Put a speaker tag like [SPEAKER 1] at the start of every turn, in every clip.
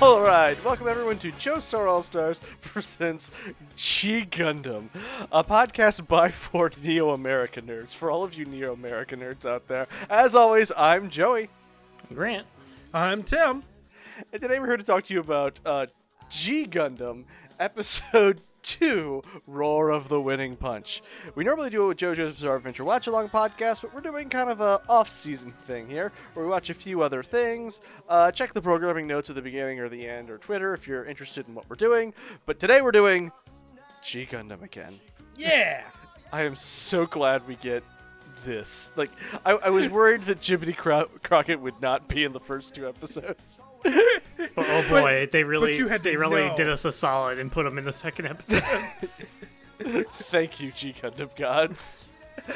[SPEAKER 1] All right, welcome everyone to Joe Star All Stars presents G Gundam, a podcast by for Neo America nerds. For all of you Neo America nerds out there, as always, I'm Joey,
[SPEAKER 2] Grant.
[SPEAKER 3] I'm Tim.
[SPEAKER 1] and today we're here to talk to you about uh, G Gundam episode. Two roar of the winning punch. We normally do it with JoJo's Bizarre Adventure Watch Along podcast, but we're doing kind of a off-season thing here, where we watch a few other things. Uh, check the programming notes at the beginning or the end, or Twitter if you're interested in what we're doing. But today we're doing G Gundam again.
[SPEAKER 3] Yeah.
[SPEAKER 1] I am so glad we get this. Like, I, I was worried that Jiminy Cro- Crockett would not be in the first two episodes.
[SPEAKER 2] Oh boy, they really
[SPEAKER 3] you had to
[SPEAKER 2] they really
[SPEAKER 3] know.
[SPEAKER 2] did us a solid and put them in the second episode.
[SPEAKER 1] Thank you, G Gundam gods.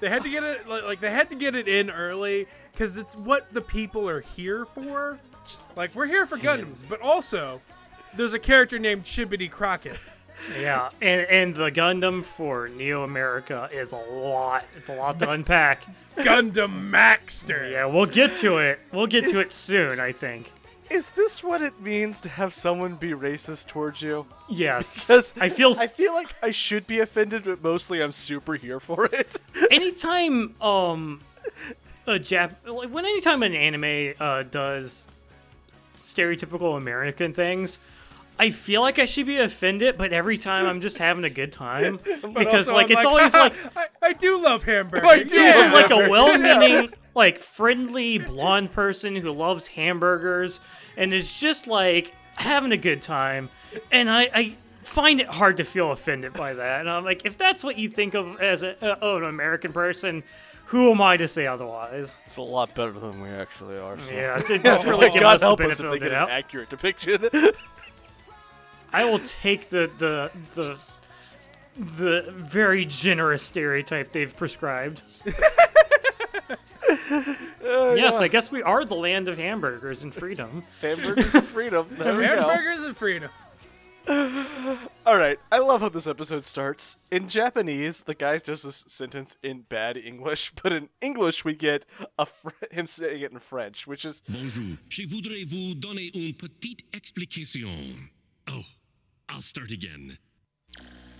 [SPEAKER 3] They had to get it like, like they had to get it in early because it's what the people are here for. Like we're here for Gundams, but also there's a character named Chibbity Crockett.
[SPEAKER 2] yeah, and and the Gundam for Neo America is a lot. It's a lot to unpack.
[SPEAKER 3] Gundam Maxter.
[SPEAKER 2] Yeah, we'll get to it. We'll get to it soon, I think.
[SPEAKER 1] Is this what it means to have someone be racist towards you?
[SPEAKER 2] Yes,
[SPEAKER 1] Because
[SPEAKER 2] I feel s-
[SPEAKER 1] I feel like I should be offended, but mostly I'm super here for it.
[SPEAKER 2] anytime um a Jap like when anytime an anime uh does stereotypical American things. I feel like I should be offended, but every time I'm just having a good time because
[SPEAKER 3] Also,
[SPEAKER 2] like
[SPEAKER 3] I'm
[SPEAKER 2] it's always like
[SPEAKER 3] I, I do love hamburger.
[SPEAKER 1] I do
[SPEAKER 2] It's
[SPEAKER 1] Yeah.
[SPEAKER 2] like a well-meaning, like friendly blonde person who loves hamburgers and is just like having a good time. And I, I find it hard to feel offended by that. And I'm like, if that's what you think of as a, uh, oh, an American person, who am I to say otherwise?
[SPEAKER 1] It's a lot better than we actually are. So.
[SPEAKER 2] Yeah, it does really give
[SPEAKER 1] God
[SPEAKER 2] us the
[SPEAKER 1] help us if
[SPEAKER 2] benefit of
[SPEAKER 1] they
[SPEAKER 2] the
[SPEAKER 1] get an
[SPEAKER 2] doubt.
[SPEAKER 1] accurate depiction.
[SPEAKER 2] I will take the the the the very generous stereotype they've prescribed. yes, I guess we are the land of hamburgers and freedom.
[SPEAKER 1] Hamburgers and freedom. There we go.
[SPEAKER 3] hamburgers and freedom.
[SPEAKER 1] All right, I love how this episode starts. In Japanese, the guy does this sentence in bad English, but in English we get a fr- him saying it in French, which is
[SPEAKER 4] Bonjour. Je voudrais vous donner une petite explication. Oh, I'll start again.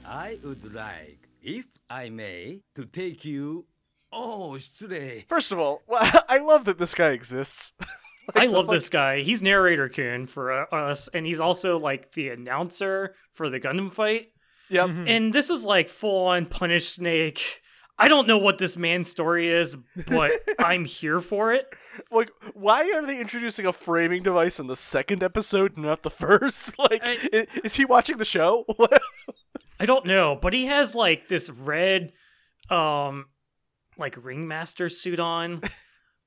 [SPEAKER 5] I would like, if I may, to take you. Oh, 失礼。
[SPEAKER 1] first of all, well, I love that this guy exists.
[SPEAKER 2] I love this guy. He's narrator Kun for uh, us, and he's also like the announcer for the Gundam fight.
[SPEAKER 1] yep,
[SPEAKER 2] And this is like full on Punish Snake. I don't know what this man's story is, but I'm here for it.
[SPEAKER 1] like why are they introducing a framing device in the second episode, not the first? Like, i-
[SPEAKER 2] I-
[SPEAKER 1] is, he watching the show?
[SPEAKER 2] I don't know, but he has like this red um like ringmaster suit on.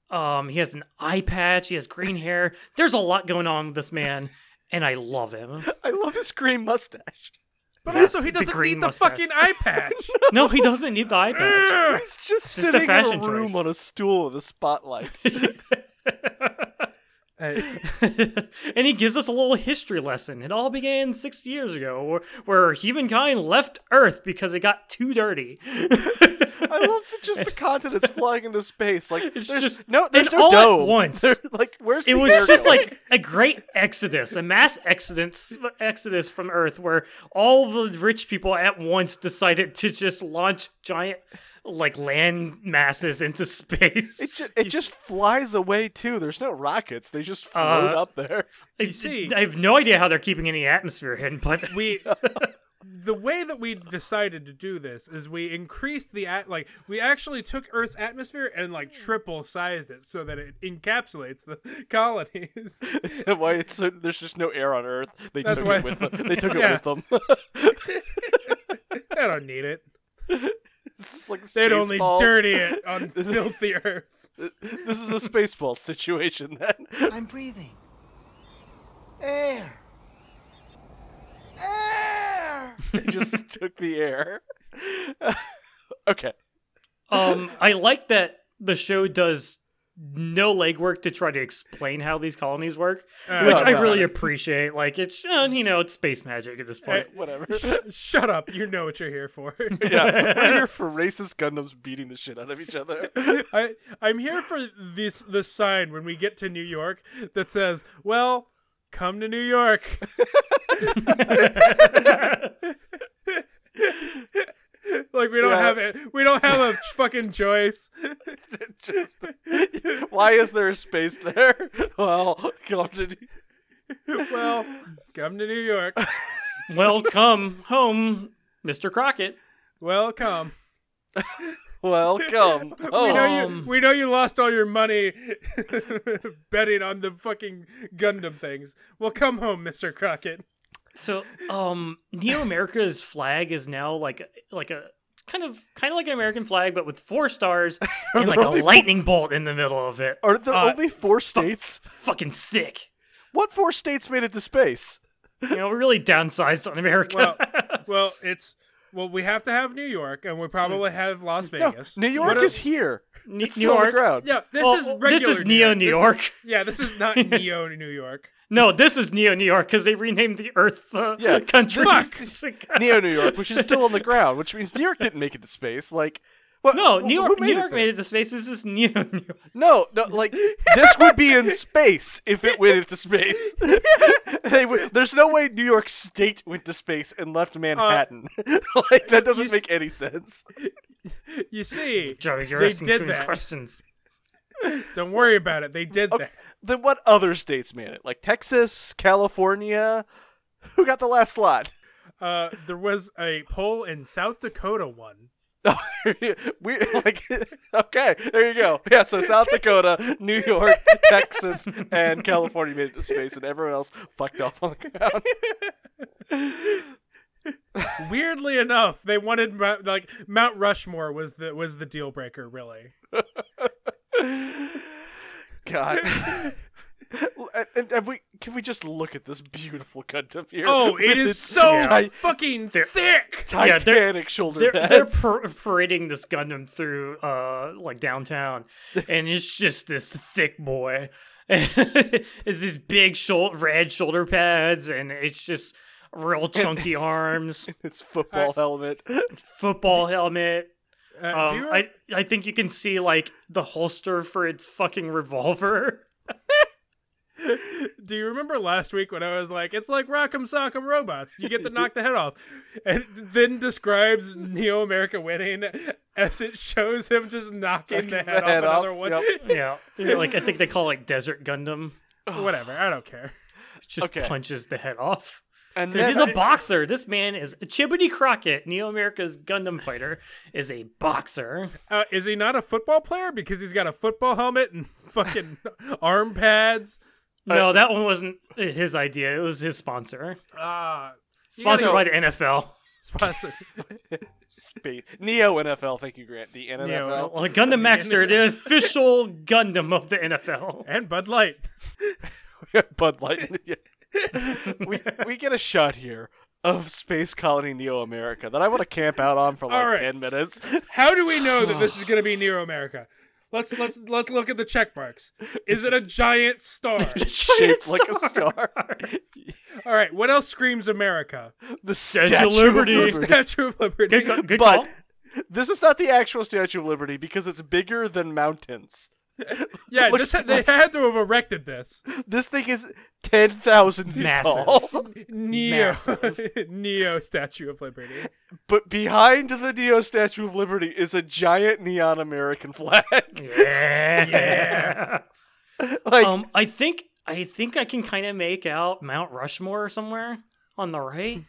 [SPEAKER 2] Um he has an eye patch, he has green hair. There's a lot going on with this man and I love him.
[SPEAKER 1] I love his green mustache.
[SPEAKER 3] But
[SPEAKER 2] Yes,
[SPEAKER 3] also he
[SPEAKER 2] the
[SPEAKER 3] doesn't
[SPEAKER 2] green
[SPEAKER 3] need the
[SPEAKER 2] mustache.
[SPEAKER 3] fucking eye patch.
[SPEAKER 2] No, he doesn't need the eye patch.
[SPEAKER 1] He's just
[SPEAKER 2] just a
[SPEAKER 1] sitting in a
[SPEAKER 2] fashion
[SPEAKER 1] room
[SPEAKER 2] choice.
[SPEAKER 1] on a stool with a spotlight.
[SPEAKER 2] and he gives us a little history lesson. It all began 60 years ago where, where humankind left Earth because it got too dirty.
[SPEAKER 1] I love that just the continents flying into space. Like
[SPEAKER 2] It's
[SPEAKER 1] there's
[SPEAKER 2] just-
[SPEAKER 1] no, there's
[SPEAKER 2] and
[SPEAKER 1] no
[SPEAKER 2] all at
[SPEAKER 1] dome.
[SPEAKER 2] once.
[SPEAKER 1] There- like where's
[SPEAKER 2] it
[SPEAKER 1] the
[SPEAKER 2] was
[SPEAKER 1] air
[SPEAKER 2] just
[SPEAKER 1] going?
[SPEAKER 2] like a great exodus, a mass exodus, exodus from Earth, where all the rich people at once decided to just launch giant, like land masses into space.
[SPEAKER 1] it, just, it just flies away too. There's no rockets. They just float
[SPEAKER 2] Uh,
[SPEAKER 1] up there.
[SPEAKER 2] I,
[SPEAKER 3] see-
[SPEAKER 2] I have no idea how they're keeping any atmosphere hidden, but
[SPEAKER 3] we the way that we decided to do this is we increased the at like we actually took earth's atmosphere and like triple sized it so that it encapsulates the colonies
[SPEAKER 1] Is that why it's so, there's just no air on Earth? They
[SPEAKER 3] That's
[SPEAKER 1] took
[SPEAKER 3] why-
[SPEAKER 1] it with them. They took
[SPEAKER 3] Yeah.
[SPEAKER 1] it with them.
[SPEAKER 3] they don't need it
[SPEAKER 1] it's just like
[SPEAKER 3] they'd only
[SPEAKER 1] Spaceballs.
[SPEAKER 3] dirty it on filthy earth
[SPEAKER 1] This is a spaceball situation. Then
[SPEAKER 6] I'm breathing. Air. Air.
[SPEAKER 1] they just took the air. okay.
[SPEAKER 2] um, I like that the show does no legwork to try to explain how these colonies work, which
[SPEAKER 1] no,
[SPEAKER 2] I
[SPEAKER 1] no.
[SPEAKER 2] really appreciate. Like it's uh, you know it's space magic at this point.
[SPEAKER 1] Whatever.
[SPEAKER 3] Shut up. You know what you're here for.
[SPEAKER 1] yeah, we're here for racist Gundams beating the shit out of each other.
[SPEAKER 3] I I'm here for this the sign when we get to New York that says, "Well, come to New York." like we don't
[SPEAKER 1] Yeah.
[SPEAKER 3] have it. We don't have a fucking choice.
[SPEAKER 1] Just, why is there a space there? Well, come to
[SPEAKER 3] Well, come to New York.
[SPEAKER 2] Welcome home, Mr. Crockett.
[SPEAKER 3] Well, come.
[SPEAKER 1] well, come.
[SPEAKER 3] We know
[SPEAKER 1] Oh,
[SPEAKER 3] you.
[SPEAKER 2] Um.
[SPEAKER 3] We know you lost all your money betting on the fucking Gundam things. Well, come home, Mister Crockett.
[SPEAKER 2] So, um, Neo America's flag is now like a- like a kind of kind of like an American flag, but with four stars and like a
[SPEAKER 1] only four-
[SPEAKER 2] lightning bolt in the middle of it.
[SPEAKER 1] are there
[SPEAKER 2] Uh,
[SPEAKER 1] only four states?
[SPEAKER 2] fucking sick?
[SPEAKER 1] What four states made it to space?
[SPEAKER 2] You know, we're really downsized on America.
[SPEAKER 3] Well, well, it's well. We have to have New York, and we probably have Las
[SPEAKER 1] Mm. No,
[SPEAKER 3] Vegas.
[SPEAKER 1] New York
[SPEAKER 3] What a-
[SPEAKER 1] is here.
[SPEAKER 2] New
[SPEAKER 1] It's still on the ground.
[SPEAKER 3] Yeah, this
[SPEAKER 2] Well,
[SPEAKER 3] is
[SPEAKER 2] well,
[SPEAKER 3] regular.
[SPEAKER 2] this is Neo New
[SPEAKER 3] This is-
[SPEAKER 2] York.
[SPEAKER 3] yeah, this is not Neo New York.
[SPEAKER 2] No, this is Neo New York because they renamed the Earth uh,
[SPEAKER 1] Yeah,
[SPEAKER 2] country.
[SPEAKER 1] this Neo New York, which is still on the ground, which means New York didn't make it to space. Like, what,
[SPEAKER 2] No,
[SPEAKER 1] wh-
[SPEAKER 2] New
[SPEAKER 1] who
[SPEAKER 2] York. New
[SPEAKER 1] it
[SPEAKER 2] York
[SPEAKER 1] there?
[SPEAKER 2] made it to space. This is Neo New York.
[SPEAKER 1] No, no, like this would be in space if it went into space. they would, there's no way New York State went to space and left
[SPEAKER 2] Uh,
[SPEAKER 1] Manhattan. like that doesn't
[SPEAKER 3] s-
[SPEAKER 1] make any sense.
[SPEAKER 3] You see,
[SPEAKER 2] Joey, you're
[SPEAKER 3] They
[SPEAKER 2] asking
[SPEAKER 3] did
[SPEAKER 2] too many
[SPEAKER 3] that.
[SPEAKER 2] questions.
[SPEAKER 3] don't worry about it. They did
[SPEAKER 1] Okay,
[SPEAKER 3] that.
[SPEAKER 1] then what other states made it? Like Texas, California. Who got the last slot?
[SPEAKER 3] Uh, there was a poll in South Dakota one.
[SPEAKER 1] we like okay. There you go. Yeah. So South Dakota, New York, Texas, and California made it to space, and everyone else fucked off on the ground.
[SPEAKER 3] Weirdly enough, they wanted Mou- like Mount Rushmore was the was the deal breaker. Really,
[SPEAKER 1] God. and, and- and we can we just look at this beautiful Gundam here?
[SPEAKER 3] oh,
[SPEAKER 1] With
[SPEAKER 3] it is
[SPEAKER 1] its
[SPEAKER 3] so
[SPEAKER 1] ti-
[SPEAKER 3] fucking
[SPEAKER 2] They're-
[SPEAKER 3] thick.
[SPEAKER 2] Yeah,
[SPEAKER 1] Titanic
[SPEAKER 2] they're-
[SPEAKER 1] shoulder
[SPEAKER 2] They're
[SPEAKER 1] pads.
[SPEAKER 2] they're par- parading this Gundam through uh like downtown, and it's just this thick boy. it's these big shul- red shoulder pads, and it's just real chunky arms,
[SPEAKER 1] It's football helmet.
[SPEAKER 2] football helmet.
[SPEAKER 3] Uh,
[SPEAKER 2] Um,
[SPEAKER 3] do you
[SPEAKER 2] I I think you can see like the holster for its fucking revolver.
[SPEAKER 3] Do you remember last week when I was like, it's like Rock'em Sock'em Robots? You get to knock the head off. And then describes Neo America winning as it shows him just knocking the head,
[SPEAKER 1] head
[SPEAKER 3] off
[SPEAKER 1] off,
[SPEAKER 3] another one.
[SPEAKER 1] yep.
[SPEAKER 2] yeah, like I think they call it like Desert Gundam.
[SPEAKER 3] Whatever, I don't care.
[SPEAKER 2] It Just
[SPEAKER 1] Okay.
[SPEAKER 2] punches the head off.
[SPEAKER 1] And
[SPEAKER 2] Because
[SPEAKER 1] then,
[SPEAKER 2] he's a boxer. This man is Chibity Crockett, Neo America's Gundam fighter, is a boxer.
[SPEAKER 3] Uh, is he not a football player because he's got a football helmet and fucking arm pads?
[SPEAKER 1] Uh,
[SPEAKER 2] No, that one wasn't his idea. It was his sponsor,
[SPEAKER 3] Ah, you gotta
[SPEAKER 2] sponsored
[SPEAKER 3] go-
[SPEAKER 2] by the NFL.
[SPEAKER 3] sponsor.
[SPEAKER 1] Spa- Neo NFL. Thank you, Grant. The NFL.
[SPEAKER 3] Neo NFL.
[SPEAKER 2] Well, Gundam Maxter, the official Gundam of the NFL.
[SPEAKER 3] and Bud Light.
[SPEAKER 1] Bud Light. Yeah. we we get a shot here of space colony Neo America that I want to camp out on for like
[SPEAKER 3] right.
[SPEAKER 1] ten minutes.
[SPEAKER 3] How do we know that this is going to be Neo America? Let's let's let's look at the check marks. Is it a giant star?
[SPEAKER 1] shaped like a star.
[SPEAKER 3] All right, what else screams America?
[SPEAKER 1] The
[SPEAKER 2] of
[SPEAKER 1] Statue of
[SPEAKER 2] Liberty.
[SPEAKER 1] Liberty.
[SPEAKER 3] Statue of Liberty.
[SPEAKER 2] Good, co- good
[SPEAKER 1] But
[SPEAKER 2] call.
[SPEAKER 1] this is not the actual Statue of Liberty because it's bigger than mountains.
[SPEAKER 3] Yeah,
[SPEAKER 1] Look-
[SPEAKER 3] this ha- they had to have erected this.
[SPEAKER 1] This thing is 10,000 feet
[SPEAKER 2] Massive.
[SPEAKER 1] tall.
[SPEAKER 3] Neo,
[SPEAKER 2] Massive.
[SPEAKER 3] Neo Statue of Liberty.
[SPEAKER 1] But behind the Neo Statue of Liberty is a giant neon American flag.
[SPEAKER 2] Yeah.
[SPEAKER 1] like,
[SPEAKER 2] Um, I think I think I can kind of make out Mount Rushmore somewhere on the right.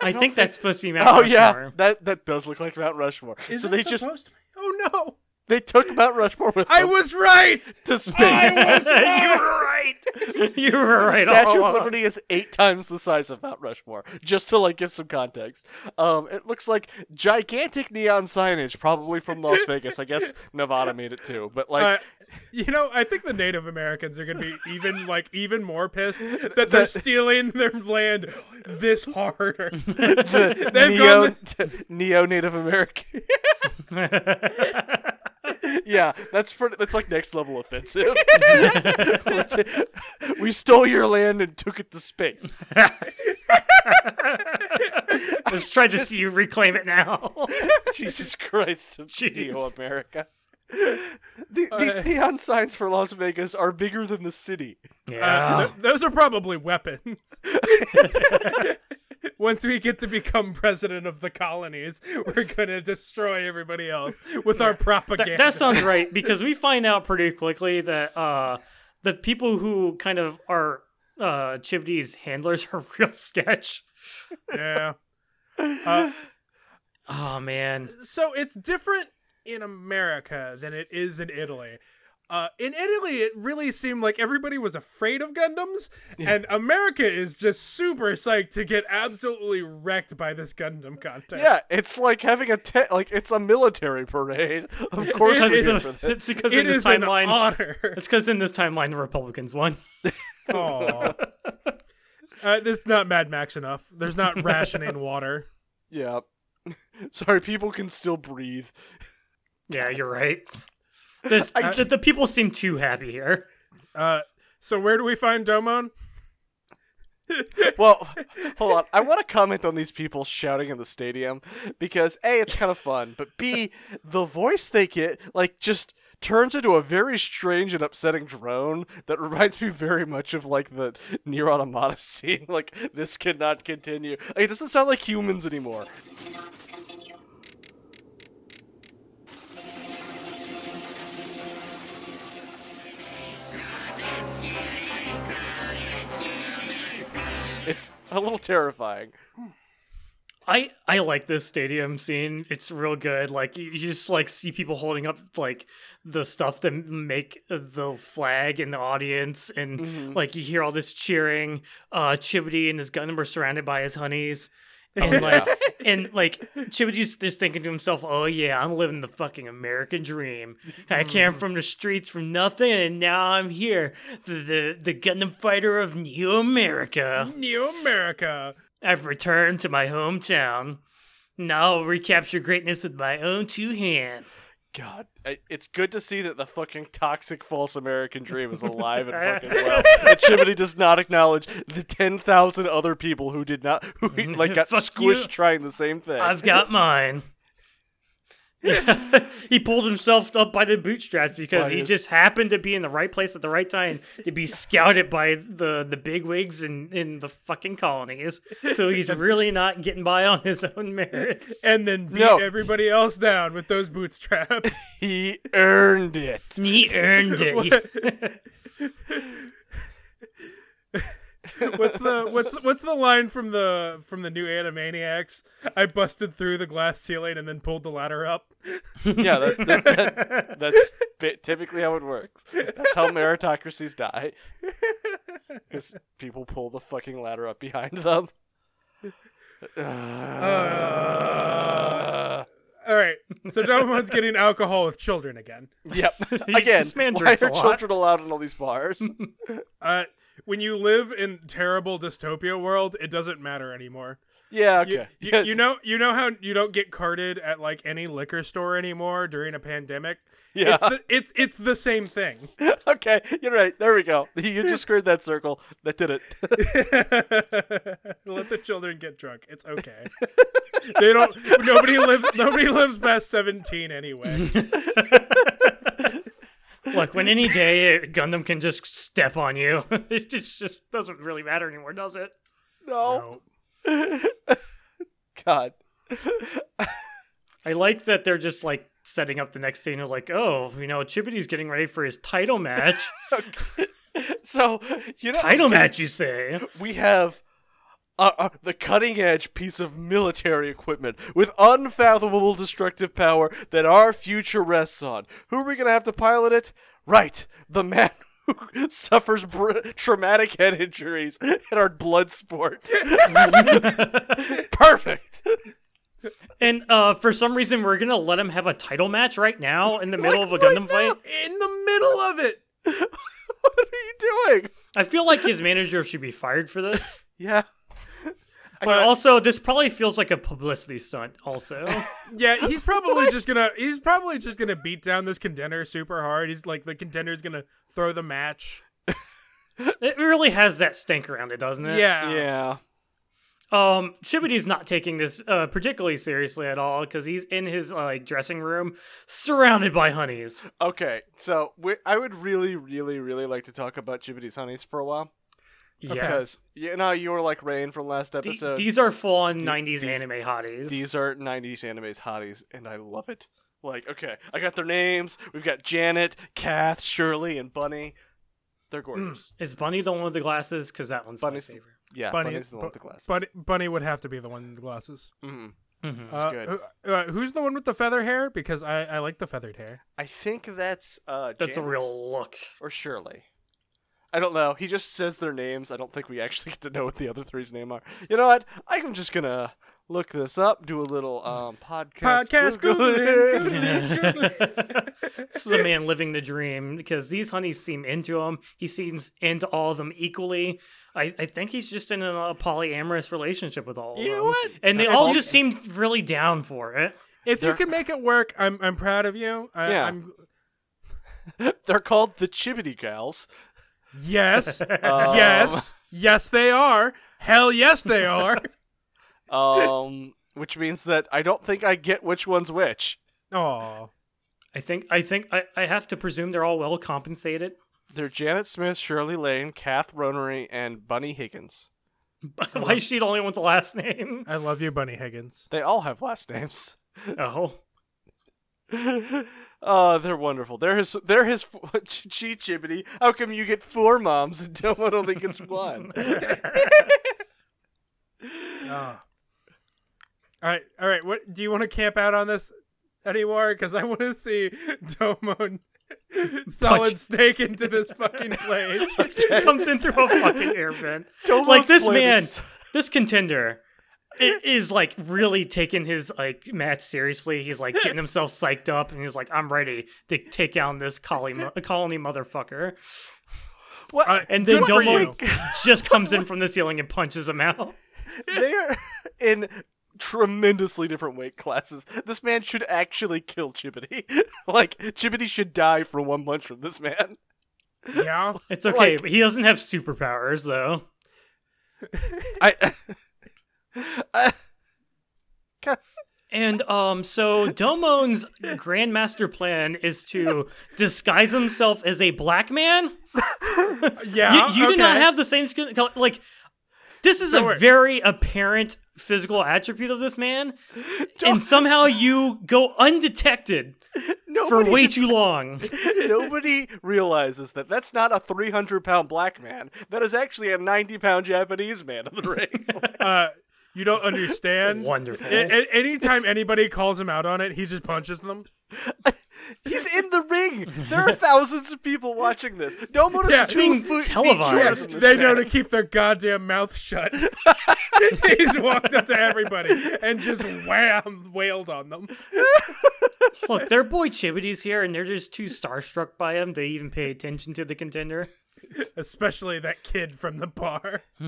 [SPEAKER 2] I think that's supposed to be Mount
[SPEAKER 1] oh yeah,
[SPEAKER 2] Rushmore.
[SPEAKER 1] that that does look like Mount Rushmore. so they just Oh.
[SPEAKER 3] Oh no!
[SPEAKER 1] they took Mount Rushmore with
[SPEAKER 3] I
[SPEAKER 1] them
[SPEAKER 3] was right.
[SPEAKER 1] to space.
[SPEAKER 2] you were right. you were right. all
[SPEAKER 1] Statue of
[SPEAKER 2] along.
[SPEAKER 1] Liberty is eight times the size of Mount Rushmore. Just to like give some context, um, it looks like gigantic neon signage, probably from Las Vegas. I guess Nevada made it too, but like
[SPEAKER 3] Uh, you know, I think the Native Americans are going to be even like even more pissed that they're stealing their land this harder.
[SPEAKER 1] the
[SPEAKER 3] They've
[SPEAKER 1] neo
[SPEAKER 3] gone
[SPEAKER 1] neo Native American. yeah, that's pretty, that's like next level offensive. we stole your land and took it to space.
[SPEAKER 2] Let's try to see you reclaim it now.
[SPEAKER 1] Jesus Christ, of
[SPEAKER 2] Jeez.
[SPEAKER 1] Neo America. The, these
[SPEAKER 3] Uh,
[SPEAKER 1] neon signs for Las Vegas are bigger than the city.
[SPEAKER 2] yeah.
[SPEAKER 3] Uh, th- those are probably weapons. Once we get to become president of the colonies, we're gonna destroy everybody else with our propaganda.
[SPEAKER 2] Th- that sounds right because we find out pretty quickly that uh, the people who kind of are uh, Chibney's handlers are real sketch.
[SPEAKER 3] yeah. Uh,
[SPEAKER 2] Oh man,
[SPEAKER 3] so it's different in America than it is in Italy. Uh, in Italy, it really seemed like everybody was afraid of Gundams, and America is just super psyched to get absolutely wrecked by this Gundam contest.
[SPEAKER 1] Yeah, it's like having a te- like it's a military parade. Of course,
[SPEAKER 2] because
[SPEAKER 1] we
[SPEAKER 3] is
[SPEAKER 1] did
[SPEAKER 2] in-
[SPEAKER 1] for that.
[SPEAKER 2] it's because in
[SPEAKER 3] it
[SPEAKER 2] this
[SPEAKER 3] is an
[SPEAKER 2] timeline.
[SPEAKER 3] honor.
[SPEAKER 2] It's because in this timeline the Republicans won.
[SPEAKER 3] Aw. uh, there's not Mad Max enough. There's not rationing water.
[SPEAKER 1] Yeah. Sorry, people can still breathe.
[SPEAKER 2] Yeah, you're right. This the, the people seem too happy here.
[SPEAKER 3] Uh, so where do we find Domon?
[SPEAKER 1] Well, hold on. I want to comment on these people shouting in the stadium because A, it's kind of fun, but B, the voice they get, like, just turns into a very strange and upsetting drone that reminds me very much of, like, the Near Automata scene. Like, this cannot continue. Like, it doesn't sound like humans anymore.
[SPEAKER 7] cannot continue.
[SPEAKER 1] It's a little terrifying.
[SPEAKER 2] I I like this stadium scene. It's real good. Like you, you just like see people holding up like the stuff that make the flag in the audience, and like you hear all this cheering. Uh, Chibity and his gun are surrounded by his honeys. And like, and like, Chibity's just thinking to himself, "Oh yeah, I'm living the fucking American dream. I came from the streets from nothing, and now I'm here, the the, the Gundam fighter of New America."
[SPEAKER 3] New America.
[SPEAKER 2] I've returned to my hometown. Now I'll recapture greatness with my own two hands.
[SPEAKER 1] God, I, it's good to see that the fucking toxic false American dream is alive and fucking well. That Chimney does not acknowledge the ten thousand other people who did not, who like got
[SPEAKER 2] Fuck
[SPEAKER 1] squished
[SPEAKER 2] you.
[SPEAKER 1] trying the same thing.
[SPEAKER 2] I've got mine. he pulled himself up by the bootstraps because
[SPEAKER 1] By
[SPEAKER 2] he
[SPEAKER 1] his-
[SPEAKER 2] just happened to be in the right place at the right time to be scouted by the the bigwigs in in the fucking colonies. So he's really not getting by on his own merits.
[SPEAKER 3] And then beat
[SPEAKER 1] No.
[SPEAKER 3] everybody else down with those bootstraps.
[SPEAKER 1] He earned it.
[SPEAKER 2] He earned it.
[SPEAKER 3] what's the what's the, what's the line from the from the new Animaniacs? I busted through the glass ceiling and then pulled the ladder up.
[SPEAKER 1] Yeah, that, that, that, that's bi- typically how it works. That's how meritocracies die. Because people pull the fucking ladder up behind them. Uh,
[SPEAKER 3] All right, so Domon's getting alcohol with children again.
[SPEAKER 1] yep. Again,
[SPEAKER 2] This man
[SPEAKER 1] why
[SPEAKER 2] drinks a
[SPEAKER 1] are
[SPEAKER 2] lot.
[SPEAKER 1] children allowed in all these bars?
[SPEAKER 3] Uh, when you live in terrible dystopia world, it doesn't matter anymore.
[SPEAKER 1] Yeah, okay.
[SPEAKER 3] You, you, you know, you know how you don't get carded at like any liquor store anymore during a pandemic.
[SPEAKER 1] Yeah.
[SPEAKER 3] it's the, it's, it's the same thing.
[SPEAKER 1] okay, you're right. There we go. You just squared that circle. That did it.
[SPEAKER 3] Let the children get drunk. It's okay. They don't. Nobody lives. Nobody lives past seventeen anyway.
[SPEAKER 2] Look, when any day Gundam can just step on you, it just doesn't really matter anymore, does it?
[SPEAKER 1] no.
[SPEAKER 3] No.
[SPEAKER 1] Oh, God.
[SPEAKER 2] I like that they're just like setting up the next scene. They're like, oh, you know, Chibity's getting ready for his title match.
[SPEAKER 1] So, you know,
[SPEAKER 2] title match, you say?
[SPEAKER 1] we have uh, uh, the cutting edge piece of military equipment with unfathomable destructive power that our future rests on. Who are we going to have to pilot it? Right, the man. Who suffers br- traumatic head injuries in our blood sport? Perfect.
[SPEAKER 2] And uh, for some reason, we're gonna let him have a title match right now in the middle of a Gundam fight.
[SPEAKER 3] In the middle of it.
[SPEAKER 1] What are you doing?
[SPEAKER 2] I feel like his manager should be fired for this.
[SPEAKER 1] Yeah.
[SPEAKER 2] But also, this probably feels like a publicity stunt. Also,
[SPEAKER 3] Yeah, he's probably just gonna he's probably just gonna beat down this contender super hard. He's like the contender's gonna throw the match.
[SPEAKER 2] it really has that stink around it, doesn't it?
[SPEAKER 3] Yeah.
[SPEAKER 1] Yeah.
[SPEAKER 2] Um, Shibity's not taking this uh, particularly seriously at all because he's in his like dressing room, surrounded by honeys.
[SPEAKER 1] Okay, so we, I would really, really, really like to talk about Jibbity's Honeys for a while.
[SPEAKER 2] Yes,
[SPEAKER 1] Because, you know, you were like Rain from last
[SPEAKER 2] Th-
[SPEAKER 1] episode.
[SPEAKER 2] these are full on '90s
[SPEAKER 1] these-
[SPEAKER 2] anime hotties.
[SPEAKER 1] These are 90s anime's hotties, and I love it. Like, okay, I got their names. We've got Janet, Kath, Shirley, and Bunny. They're gorgeous.
[SPEAKER 2] Is Bunny the one with the glasses? Because that one's
[SPEAKER 1] Bunny's-
[SPEAKER 2] my favorite.
[SPEAKER 1] Yeah,
[SPEAKER 3] Bunny,
[SPEAKER 1] Bunny's the one with the
[SPEAKER 3] Bu-
[SPEAKER 1] glasses.
[SPEAKER 3] Bunny, Bunny would have to be the one with the glasses.
[SPEAKER 1] Mhm.
[SPEAKER 2] Mhm.
[SPEAKER 3] Uh,
[SPEAKER 1] good.
[SPEAKER 3] who- uh, who's the one with the feather hair? Because I, I like the feathered hair.
[SPEAKER 1] I think that's uh,
[SPEAKER 2] That's a
[SPEAKER 1] Janet
[SPEAKER 2] real look.
[SPEAKER 1] or Shirley. I don't know. He just says their names. I don't think we actually get to know what the other three's name are. You know what? I'm just gonna look this up. Do a little um podcast
[SPEAKER 3] Podcast
[SPEAKER 1] Googling.
[SPEAKER 2] This is a man living the dream because these honeys seem into him. He seems into all of them equally. I, I think he's just in a polyamorous relationship with all of
[SPEAKER 3] You know
[SPEAKER 2] them.
[SPEAKER 3] what?
[SPEAKER 2] And they
[SPEAKER 3] If
[SPEAKER 2] all
[SPEAKER 3] you-
[SPEAKER 2] just seem really down for it.
[SPEAKER 3] If you
[SPEAKER 1] They're-
[SPEAKER 3] can make it work, I'm I'm proud of you. I,
[SPEAKER 1] Yeah.
[SPEAKER 3] I'm,
[SPEAKER 1] They're called the Chibity Gals.
[SPEAKER 3] yes,
[SPEAKER 1] Um,
[SPEAKER 3] yes, yes. They are. Hell yes, they are.
[SPEAKER 1] Um, which means that I don't think I get which one's which.
[SPEAKER 3] Oh,
[SPEAKER 2] I think I think I, I have to presume they're all well compensated.
[SPEAKER 1] They're Janet Smith, Shirley Lane, Kath Ronery, and Bunny Higgins.
[SPEAKER 2] But Why is she the only one with the last name?
[SPEAKER 3] I love you, Bunny Higgins.
[SPEAKER 1] They all have last names.
[SPEAKER 2] Oh.
[SPEAKER 1] Oh, they're wonderful. They're his. They're his. Gee, Chibity, how come you get four moms and no one only gets one?
[SPEAKER 3] Ah. All right, all right. What do you want to camp out on this anymore? Because I want to see Domo solid snake into this fucking place.
[SPEAKER 2] comes in through a fucking air vent.
[SPEAKER 1] Don't
[SPEAKER 2] like
[SPEAKER 1] let's
[SPEAKER 2] this
[SPEAKER 1] play
[SPEAKER 2] man,
[SPEAKER 1] this.
[SPEAKER 2] this contender i- is like really taking his like match seriously. He's like getting himself psyched up, and he's like, "I'm ready to take down this colony, mo- colony motherfucker."
[SPEAKER 1] What?
[SPEAKER 3] Uh,
[SPEAKER 2] And then
[SPEAKER 3] Good for
[SPEAKER 2] Domo just comes in from the ceiling and punches him out.
[SPEAKER 1] they are in tremendously different weight classes. This man should actually kill Chibity. like Chibity should die for one punch from this man.
[SPEAKER 3] yeah.
[SPEAKER 2] It's okay, but he doesn't have superpowers though.
[SPEAKER 1] I. I-
[SPEAKER 2] And um, so Domone's grandmaster plan is to disguise himself as a black man.
[SPEAKER 3] Yeah.
[SPEAKER 2] you you do not
[SPEAKER 3] okay.
[SPEAKER 2] have the same skin color. Like, this is
[SPEAKER 3] Don't
[SPEAKER 2] a
[SPEAKER 3] worry.
[SPEAKER 2] very apparent physical attribute of this man, and somehow you go undetected for
[SPEAKER 1] nobody,
[SPEAKER 2] way too long.
[SPEAKER 1] nobody realizes that that's not a 300 pound black man. That is actually a 90 pound Japanese man in the ring.
[SPEAKER 3] Uh, you don't understand.
[SPEAKER 2] Wonderful.
[SPEAKER 3] A- a- anytime anybody calls him out on it, he just punches them.
[SPEAKER 1] He's in the ring. There are thousands of people watching this. Domo
[SPEAKER 3] Yeah.
[SPEAKER 1] is two
[SPEAKER 2] Being
[SPEAKER 1] foot feet
[SPEAKER 2] televised.
[SPEAKER 1] shorter
[SPEAKER 2] Yes,
[SPEAKER 1] than this
[SPEAKER 3] they know
[SPEAKER 1] man.
[SPEAKER 3] to keep their goddamn mouth shut. He's walked up to everybody and just wham wailed on them.
[SPEAKER 2] Look, their boy Chibity's here, and they're just too starstruck by him to even pay attention to the contender.
[SPEAKER 3] Especially that kid from the bar.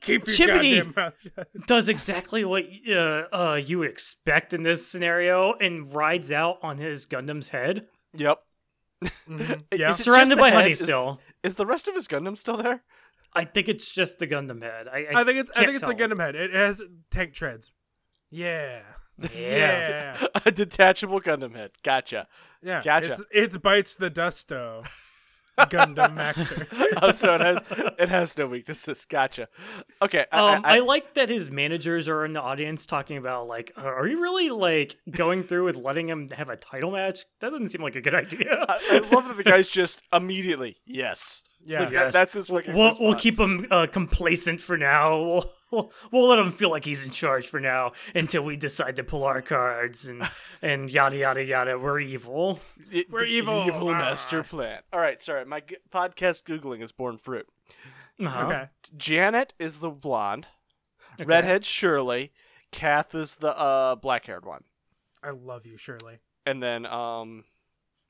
[SPEAKER 3] keep your
[SPEAKER 2] Chimney.
[SPEAKER 3] goddamn mouth shut.
[SPEAKER 2] Does exactly what uh, uh, you would expect in this scenario, and rides out on his Gundam's head,
[SPEAKER 1] Yep.
[SPEAKER 3] Yeah.
[SPEAKER 1] Is it just
[SPEAKER 2] Mm-hmm. surrounded
[SPEAKER 1] the
[SPEAKER 2] by
[SPEAKER 1] head?
[SPEAKER 2] honey
[SPEAKER 1] Is-
[SPEAKER 2] still.
[SPEAKER 1] Is the rest of his Gundam still there?
[SPEAKER 2] I think it's just the Gundam head. I, I,
[SPEAKER 3] I think it's I
[SPEAKER 2] can't
[SPEAKER 3] think it's the
[SPEAKER 2] tell.
[SPEAKER 3] Gundam head. It has tank treads. Yeah.
[SPEAKER 2] yeah.
[SPEAKER 3] Yeah.
[SPEAKER 1] a detachable Gundam head. Gotcha.
[SPEAKER 3] Yeah.
[SPEAKER 1] Gotcha.
[SPEAKER 3] It's, it's bites the dusto. Gundam Maxter.
[SPEAKER 1] Oh, so it has it has no weaknesses. Gotcha. Okay. I,
[SPEAKER 2] Um, I,
[SPEAKER 1] I, I,
[SPEAKER 2] like that his managers are in the audience talking about like, uh, are you really like going through with letting him have a title match? That doesn't seem like a good idea.
[SPEAKER 1] I love that the guy's just immediately yes.
[SPEAKER 3] Yeah.
[SPEAKER 1] Like, that- that's his fucking.
[SPEAKER 2] we'll we'll
[SPEAKER 1] response.
[SPEAKER 2] keep him uh, complacent for now. We'll, we'll we'll let him feel like he's in charge for now until we decide to pull our cards and and yada yada yada. We're evil.
[SPEAKER 1] Y-
[SPEAKER 3] We're
[SPEAKER 1] the
[SPEAKER 3] evil.
[SPEAKER 1] Evil
[SPEAKER 3] Ah.
[SPEAKER 1] master plan. All right. Sorry, my g- podcast googling is borne fruit.
[SPEAKER 2] Uh-huh.
[SPEAKER 3] Okay.
[SPEAKER 1] Janet is the blonde. Redhead Shirley. Kath is the uh, black-haired one.
[SPEAKER 3] I love you, Shirley.
[SPEAKER 1] And then um,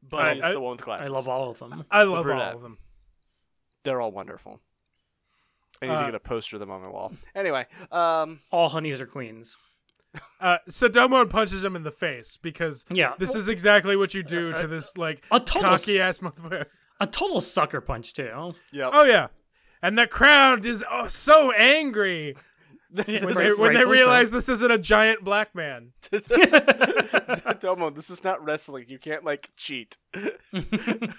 [SPEAKER 1] Bunny's
[SPEAKER 3] I-
[SPEAKER 1] the one with glasses.
[SPEAKER 2] I love all of them.
[SPEAKER 3] I love all
[SPEAKER 1] brunette.
[SPEAKER 3] of them.
[SPEAKER 1] They're all wonderful. I need to get a poster of them on my wall. Anyway, um,
[SPEAKER 2] All honeys are queens.
[SPEAKER 3] Uh, Sodomo punches him in the face because
[SPEAKER 2] Yeah.
[SPEAKER 3] this is exactly what you do to this like
[SPEAKER 2] A total
[SPEAKER 3] cocky
[SPEAKER 2] s-
[SPEAKER 3] ass motherfucker.
[SPEAKER 2] A total sucker punch too.
[SPEAKER 1] yeah.
[SPEAKER 3] Oh yeah, and the crowd is oh, so angry when they, when they
[SPEAKER 2] Rightfully so.
[SPEAKER 3] realize this isn't a giant black man.
[SPEAKER 1] Domo, this is not wrestling. You can't like cheat.
[SPEAKER 2] I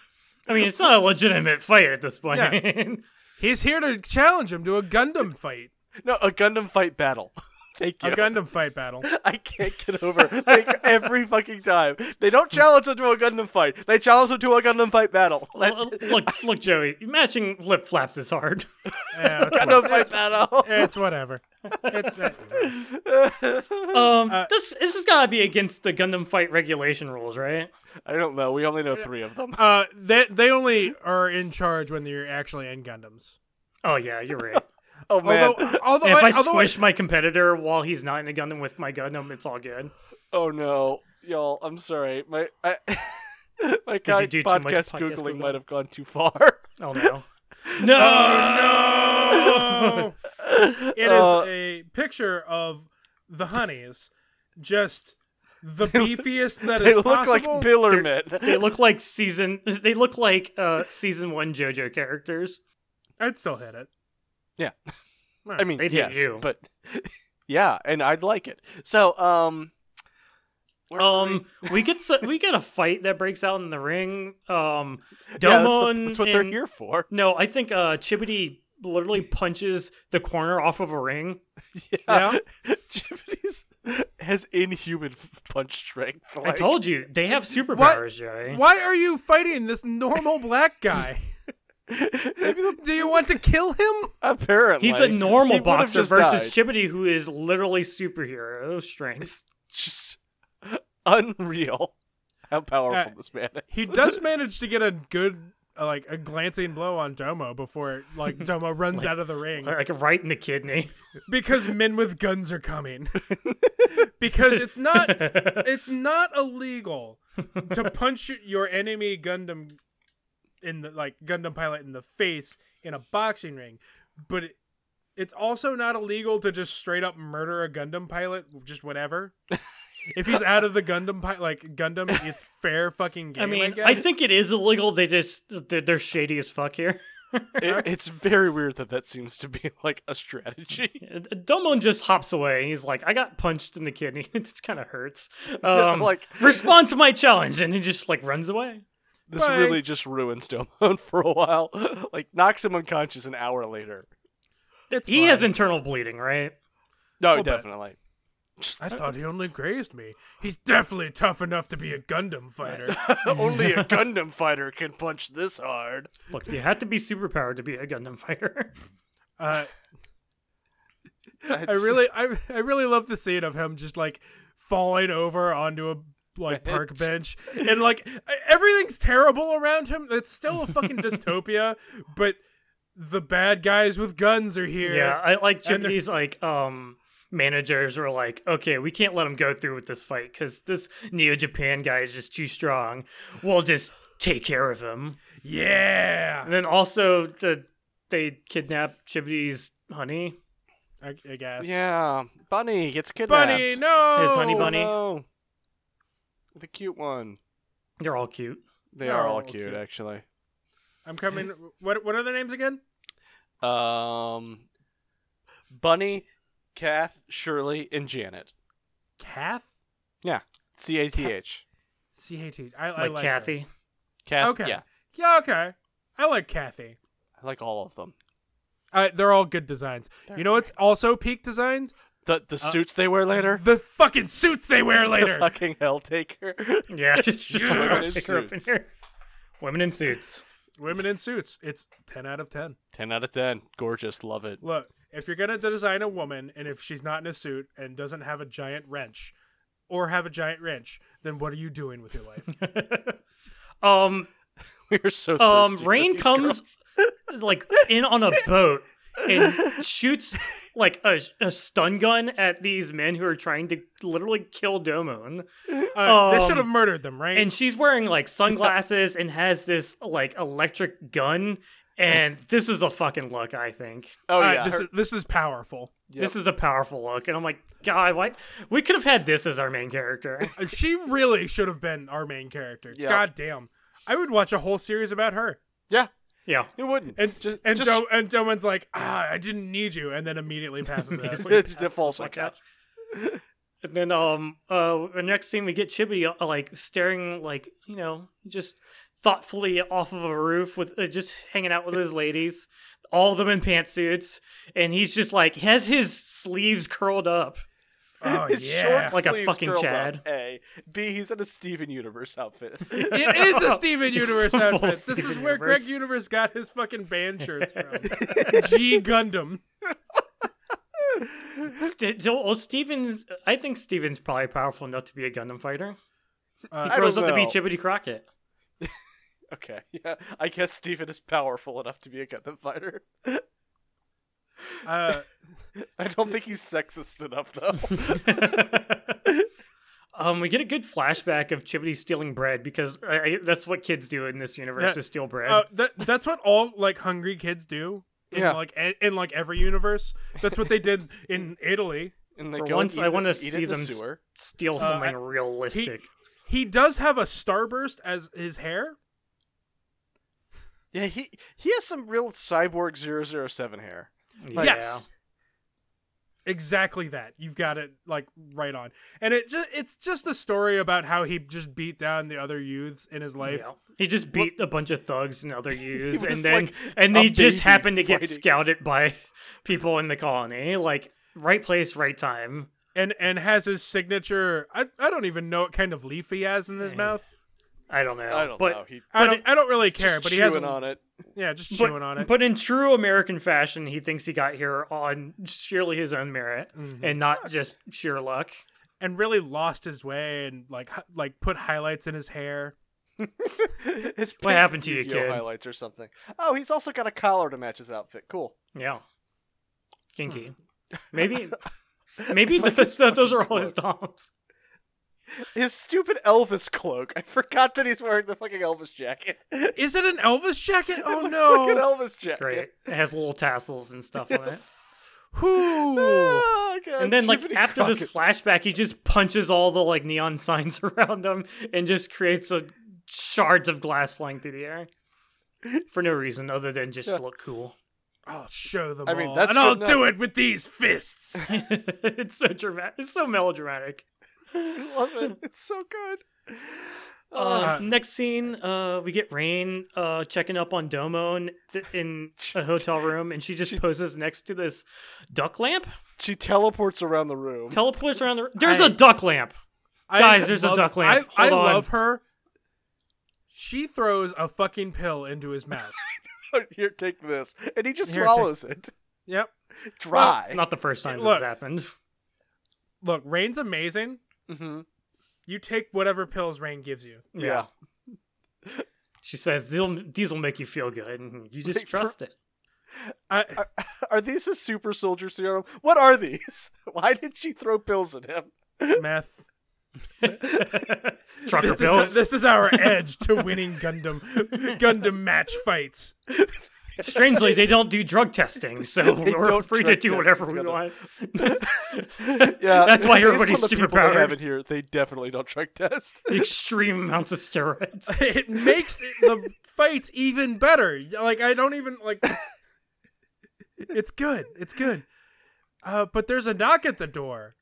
[SPEAKER 2] mean, it's not a legitimate fight at this point.
[SPEAKER 3] He's here to challenge him to a Gundam fight,
[SPEAKER 1] No, a Gundam fight battle. Thank you.
[SPEAKER 3] a Gundam fight battle.
[SPEAKER 1] I can't get over like every fucking time. They don't challenge him to a Gundam fight. They challenge him to a Gundam fight battle. Like,
[SPEAKER 2] L- look, look, Joey. Matching lip flaps is hard.
[SPEAKER 3] Yeah, it's,
[SPEAKER 1] Gundam fight battle.
[SPEAKER 3] it's whatever. It's, uh,
[SPEAKER 1] Uh,
[SPEAKER 2] Um, this this has got to be against the Gundam fight regulation rules, right?
[SPEAKER 1] I don't know. We only know three of them.
[SPEAKER 3] uh, they they only are in charge when they're actually in Gundams.
[SPEAKER 2] Oh yeah, you're right.
[SPEAKER 1] Oh man.
[SPEAKER 3] Although, although
[SPEAKER 2] if I
[SPEAKER 3] although
[SPEAKER 2] squish my competitor while he's not in a Gundam with my Gundam, it's all good.
[SPEAKER 1] Oh no, y'all. I'm sorry. My I, my
[SPEAKER 2] you
[SPEAKER 1] god, podcast,
[SPEAKER 2] do too much podcast
[SPEAKER 1] googling
[SPEAKER 2] Google?
[SPEAKER 1] might have gone too far.
[SPEAKER 2] Oh no, no,
[SPEAKER 3] Oh, it is
[SPEAKER 1] Uh,
[SPEAKER 3] a picture of the honeys, just the beefiest that is
[SPEAKER 1] They look like
[SPEAKER 3] possible.
[SPEAKER 1] Billerman.
[SPEAKER 2] They look like season. They look like uh season one JoJo characters.
[SPEAKER 3] I'd still hit it.
[SPEAKER 1] Yeah.
[SPEAKER 3] Alright.
[SPEAKER 1] I mean,
[SPEAKER 2] They'd hit
[SPEAKER 1] yes,
[SPEAKER 2] you.
[SPEAKER 1] but yeah, and I'd like it. So, um, where were we?
[SPEAKER 2] Um, we get so, we get a fight that breaks out in the ring. Um, Domo
[SPEAKER 1] yeah, that's, the-
[SPEAKER 2] and-
[SPEAKER 1] that's what they're
[SPEAKER 2] and-
[SPEAKER 1] here for.
[SPEAKER 2] No, I think uh Chibity literally punches the corner off of a ring.
[SPEAKER 3] yeah,
[SPEAKER 1] Jiminy's has inhuman f- punch strength.
[SPEAKER 2] I
[SPEAKER 1] Like,
[SPEAKER 2] told you they have superpowers,
[SPEAKER 3] What?
[SPEAKER 2] Jerry.
[SPEAKER 3] Why are you fighting this normal black guy? Do you want to kill him?
[SPEAKER 1] apparently,
[SPEAKER 2] He's a normal
[SPEAKER 1] he would've
[SPEAKER 2] boxer
[SPEAKER 1] just
[SPEAKER 2] versus
[SPEAKER 1] died.
[SPEAKER 2] Chibity, who is literally superhero strength.
[SPEAKER 1] Just unreal. How powerful
[SPEAKER 3] Uh,
[SPEAKER 1] this man is.
[SPEAKER 3] He does manage to get a good, uh, like a glancing blow on Domo before like Domo runs out of the ring
[SPEAKER 2] Like right in the kidney.
[SPEAKER 3] because men with guns are coming. because it's not it's not illegal to punch your enemy Gundam in the like Gundam pilot in the face in a boxing ring, but it, it's also not illegal to just straight up murder a Gundam pilot just whatever. if he's out of the Gundam pi- like Gundam, it's fair fucking game.
[SPEAKER 2] I mean,
[SPEAKER 3] guess.
[SPEAKER 2] I think it is illegal. They just they're, they're shady as fuck here.
[SPEAKER 1] It- it's very weird that that seems to be like a strategy.
[SPEAKER 2] Domon just hops away. He's like, "I got punched in the kidney. It just kind of hurts." Um,
[SPEAKER 1] Like-
[SPEAKER 2] respond to my challenge, and he just like runs away.
[SPEAKER 1] This
[SPEAKER 3] Bye.
[SPEAKER 1] really just ruins Domon for a while. Like knocks him unconscious an hour later.
[SPEAKER 3] it's
[SPEAKER 2] He
[SPEAKER 3] fine.
[SPEAKER 2] has internal bleeding, right?
[SPEAKER 1] No,
[SPEAKER 3] Well, but-
[SPEAKER 1] definitely.
[SPEAKER 3] I thought he only grazed me. He's definitely tough enough to be a Gundam fighter.
[SPEAKER 1] Only a Gundam fighter can punch this hard.
[SPEAKER 2] Look, you have to be superpowered to be a Gundam fighter.
[SPEAKER 3] Uh, I really, I, I really love the scene of him just like falling over onto a like park bench, and like e, everything's terrible around him. It's still a fucking dystopia, but the bad guys with guns are here.
[SPEAKER 2] yeah, I like
[SPEAKER 3] And they're-
[SPEAKER 2] Japanese like um managers were like, okay, we can't let him go through with this fight because this Neo Japan guy is just too strong. We'll just take care of him.
[SPEAKER 3] yeah.
[SPEAKER 2] And then also the, they kidnap Chibity's honey.
[SPEAKER 3] I, I guess.
[SPEAKER 1] Yeah, Bunny gets kidnapped.
[SPEAKER 3] Bunny, no.
[SPEAKER 2] His honey
[SPEAKER 1] Oh,
[SPEAKER 2] bunny.
[SPEAKER 1] no. The cute one.
[SPEAKER 2] They're all cute.
[SPEAKER 1] They
[SPEAKER 3] They're
[SPEAKER 1] are all
[SPEAKER 3] all
[SPEAKER 1] cute,
[SPEAKER 3] cute.
[SPEAKER 1] actually.
[SPEAKER 3] I'm coming. What What are their names again?
[SPEAKER 1] Um, Bunny, Kath, Shirley, and Janet.
[SPEAKER 3] Kath.
[SPEAKER 1] Yeah, C A T H.
[SPEAKER 3] C A T. I, I
[SPEAKER 2] Like,
[SPEAKER 3] like her.
[SPEAKER 2] Kathy.
[SPEAKER 1] Kath.
[SPEAKER 3] Okay.
[SPEAKER 1] Yeah,
[SPEAKER 3] Yeah. Okay. I like Kathy.
[SPEAKER 1] I like all of them.
[SPEAKER 3] Uh, they're all good designs. you know what's also peak designs?
[SPEAKER 1] The the suits they wear later.
[SPEAKER 3] The fucking suits they wear
[SPEAKER 1] The
[SPEAKER 3] later.
[SPEAKER 1] fucking hell taker.
[SPEAKER 2] Yeah, it's just like
[SPEAKER 1] Women
[SPEAKER 2] I'll
[SPEAKER 1] in
[SPEAKER 2] stick her up in
[SPEAKER 1] suits.
[SPEAKER 2] here. Women in suits.
[SPEAKER 3] Women in suits. It's 10 out of 10.
[SPEAKER 1] ten out of ten. Gorgeous. Love it.
[SPEAKER 3] Look, if you're going to design a woman and if she's not in a suit and doesn't have a giant wrench or have a giant wrench, then what are you doing with your life?
[SPEAKER 2] Um,
[SPEAKER 1] We are so.
[SPEAKER 2] um,
[SPEAKER 1] thirsty for
[SPEAKER 2] Rain
[SPEAKER 1] these
[SPEAKER 2] comes like in on a boat and shoots like a, a stun gun at these men who are trying to literally kill Domon.
[SPEAKER 3] Uh, they should have murdered them, right?
[SPEAKER 2] And she's wearing like sunglasses and has this like electric gun And this is a fucking look, I think.
[SPEAKER 1] Oh
[SPEAKER 3] Uh,
[SPEAKER 1] yeah,
[SPEAKER 3] this
[SPEAKER 1] her-
[SPEAKER 3] is this is powerful.
[SPEAKER 2] This is a powerful look. And I'm like, God, why? We could have had this as our main character.
[SPEAKER 3] Uh, She really should have been our main character.
[SPEAKER 1] Yeah.
[SPEAKER 3] God damn. I would watch a whole series about her.
[SPEAKER 1] yeah.
[SPEAKER 2] yeah.
[SPEAKER 1] It wouldn't.
[SPEAKER 3] And
[SPEAKER 1] just
[SPEAKER 3] and
[SPEAKER 1] just,
[SPEAKER 3] Do- and Doman's like, ah, I didn't need you, and then immediately passes out.
[SPEAKER 1] it defaults like
[SPEAKER 2] Fuck out. And then um uh the next scene we get Chibi uh, like staring like you know just thoughtfully off of a roof with uh, just hanging out with his ladies, all of them in pantsuits, and he's just like has his sleeves curled up.
[SPEAKER 3] Oh
[SPEAKER 1] His
[SPEAKER 3] yeah.
[SPEAKER 1] short
[SPEAKER 2] Like a
[SPEAKER 1] sleeves
[SPEAKER 2] fucking
[SPEAKER 1] curled
[SPEAKER 2] Chad.
[SPEAKER 1] Up, a B. He's in a Steven Universe outfit.
[SPEAKER 3] it is a Steven
[SPEAKER 2] It's
[SPEAKER 3] Universe
[SPEAKER 2] full
[SPEAKER 3] outfit. This
[SPEAKER 2] Steven
[SPEAKER 3] is where
[SPEAKER 2] Universe.
[SPEAKER 3] Greg Universe got his fucking band shirts from. G Gundam.
[SPEAKER 2] St- so well, Steven's I think Steven's probably powerful enough to be a Gundam fighter.
[SPEAKER 3] Uh,
[SPEAKER 2] He grows
[SPEAKER 1] don't
[SPEAKER 2] up to be
[SPEAKER 1] know.
[SPEAKER 2] Chibi Crockett.
[SPEAKER 1] okay, yeah. I guess Steven is powerful enough to be a Gundam fighter.
[SPEAKER 3] Uh,
[SPEAKER 1] I don't think he's sexist enough though.
[SPEAKER 2] Um, we get a good flashback of Chibity stealing bread because I, I, that's what kids do in this universe
[SPEAKER 3] Yeah.
[SPEAKER 2] is steal bread.
[SPEAKER 3] uh, that that's what all like hungry kids do. In
[SPEAKER 1] Yeah.
[SPEAKER 3] like e- in like every universe, that's what they did in Italy.
[SPEAKER 1] And they
[SPEAKER 2] For
[SPEAKER 1] go and
[SPEAKER 2] once,
[SPEAKER 1] eat
[SPEAKER 2] I
[SPEAKER 1] it-
[SPEAKER 2] wanna
[SPEAKER 1] eat it
[SPEAKER 2] see
[SPEAKER 1] in the
[SPEAKER 2] them s-
[SPEAKER 1] sewer.
[SPEAKER 2] steal
[SPEAKER 3] uh,
[SPEAKER 2] something realistic.
[SPEAKER 3] He does have a starburst as his hair.
[SPEAKER 1] Yeah, he he has some real cyborg 007 hair.
[SPEAKER 2] Oh,
[SPEAKER 3] yes. Exactly that. You've got it like right on. And it just it's just a story about how he just beat down the other youths in his
[SPEAKER 2] Yeah.
[SPEAKER 3] life.
[SPEAKER 2] He just beat a bunch of thugs and other youths, and
[SPEAKER 1] was
[SPEAKER 2] then
[SPEAKER 1] like
[SPEAKER 2] and
[SPEAKER 1] a
[SPEAKER 2] they just
[SPEAKER 1] baby
[SPEAKER 2] happened to get
[SPEAKER 1] fighting.
[SPEAKER 2] scouted by people in the colony. Like right place, right time.
[SPEAKER 3] And and has his signature I, I don't even know what kind of leaf he has in his mouth.
[SPEAKER 2] I don't know.
[SPEAKER 1] I don't
[SPEAKER 2] but,
[SPEAKER 1] know. He
[SPEAKER 3] I
[SPEAKER 2] but
[SPEAKER 3] don't
[SPEAKER 2] it-
[SPEAKER 3] I don't really care,
[SPEAKER 1] just
[SPEAKER 3] but he has
[SPEAKER 1] chewing
[SPEAKER 3] a-
[SPEAKER 1] on it.
[SPEAKER 3] Yeah, just
[SPEAKER 2] but,
[SPEAKER 3] chewing on it.
[SPEAKER 2] but in true American fashion, he thinks he got here on surely his own merit
[SPEAKER 3] Mm-hmm.
[SPEAKER 2] and not just sheer luck.
[SPEAKER 3] and really lost his way and like hi- like put highlights in his hair.
[SPEAKER 1] His
[SPEAKER 2] What
[SPEAKER 1] pink
[SPEAKER 2] happened to you,
[SPEAKER 1] Yu-Gi-Oh
[SPEAKER 2] kid?
[SPEAKER 1] Highlights or something. Oh, he's also got a collar to match his outfit. Cool.
[SPEAKER 2] Yeah. Kinky. Maybe maybe those, those are all his doms.
[SPEAKER 1] His stupid Elvis cloak. I forgot that he's wearing the fucking Elvis jacket. It
[SPEAKER 3] Is it an Elvis jacket? Oh
[SPEAKER 1] looks
[SPEAKER 3] no.
[SPEAKER 1] like an Elvis jacket.
[SPEAKER 2] Great. It has little tassels and stuff on it.
[SPEAKER 3] Who?
[SPEAKER 1] Oh, God,
[SPEAKER 2] And then like
[SPEAKER 1] Jiminy
[SPEAKER 2] after this
[SPEAKER 1] Crickets.
[SPEAKER 2] flashback, he just punches all the like neon signs around him and just creates a shards of glass flying through the air. For no reason other than just to look cool.
[SPEAKER 3] I'll show them
[SPEAKER 1] I mean,
[SPEAKER 3] all.
[SPEAKER 1] that's
[SPEAKER 3] and I'll
[SPEAKER 1] good
[SPEAKER 3] do it with these fists.
[SPEAKER 2] it's so dramatic. It's so melodramatic.
[SPEAKER 1] I love it. It's so good.
[SPEAKER 2] Uh, next scene, uh, we get Rain uh, checking up on Domo in, th- in a hotel room, and she just poses next to this duck lamp.
[SPEAKER 1] She teleports around the room.
[SPEAKER 2] Teleports around the. There's a duck lamp. Guys, there's a
[SPEAKER 3] love-
[SPEAKER 2] duck lamp.
[SPEAKER 3] I, I
[SPEAKER 2] Hold on.
[SPEAKER 3] love her. She throws a fucking pill into his mouth.
[SPEAKER 1] Here, take this, and he just
[SPEAKER 3] Here, take-
[SPEAKER 1] swallows it
[SPEAKER 3] yep.
[SPEAKER 1] dry.
[SPEAKER 2] Not the first time this
[SPEAKER 3] Look.
[SPEAKER 2] has happened.
[SPEAKER 3] Look, Rain's amazing.
[SPEAKER 1] Mhm.
[SPEAKER 3] You take whatever pills Rain gives you.
[SPEAKER 1] Yeah.
[SPEAKER 2] She says these will, these will make you feel good, and you just
[SPEAKER 1] Wait, for-
[SPEAKER 2] trust it.
[SPEAKER 3] I,
[SPEAKER 1] Are these a super soldier serum? What are these? Why did she throw pills at him?
[SPEAKER 3] meth.
[SPEAKER 2] Trucker
[SPEAKER 3] This is,
[SPEAKER 2] pills.
[SPEAKER 3] this is our edge to winning Gundam Gundam match fights.
[SPEAKER 2] Strangely, they don't do drug testing, so we're
[SPEAKER 1] don't
[SPEAKER 2] free to
[SPEAKER 1] drug
[SPEAKER 2] do
[SPEAKER 1] test
[SPEAKER 2] whatever
[SPEAKER 1] each
[SPEAKER 2] we
[SPEAKER 1] other.
[SPEAKER 2] want.
[SPEAKER 1] Yeah,
[SPEAKER 2] That's why
[SPEAKER 1] based on
[SPEAKER 2] everybody's
[SPEAKER 1] the
[SPEAKER 2] super
[SPEAKER 1] people they have
[SPEAKER 2] powered.
[SPEAKER 1] in here. They definitely don't drug test.
[SPEAKER 2] Extreme amounts of steroids.
[SPEAKER 3] It makes it, the fights even better. Like I don't even like. It's good. It's good. Uh, but there's a knock at the door.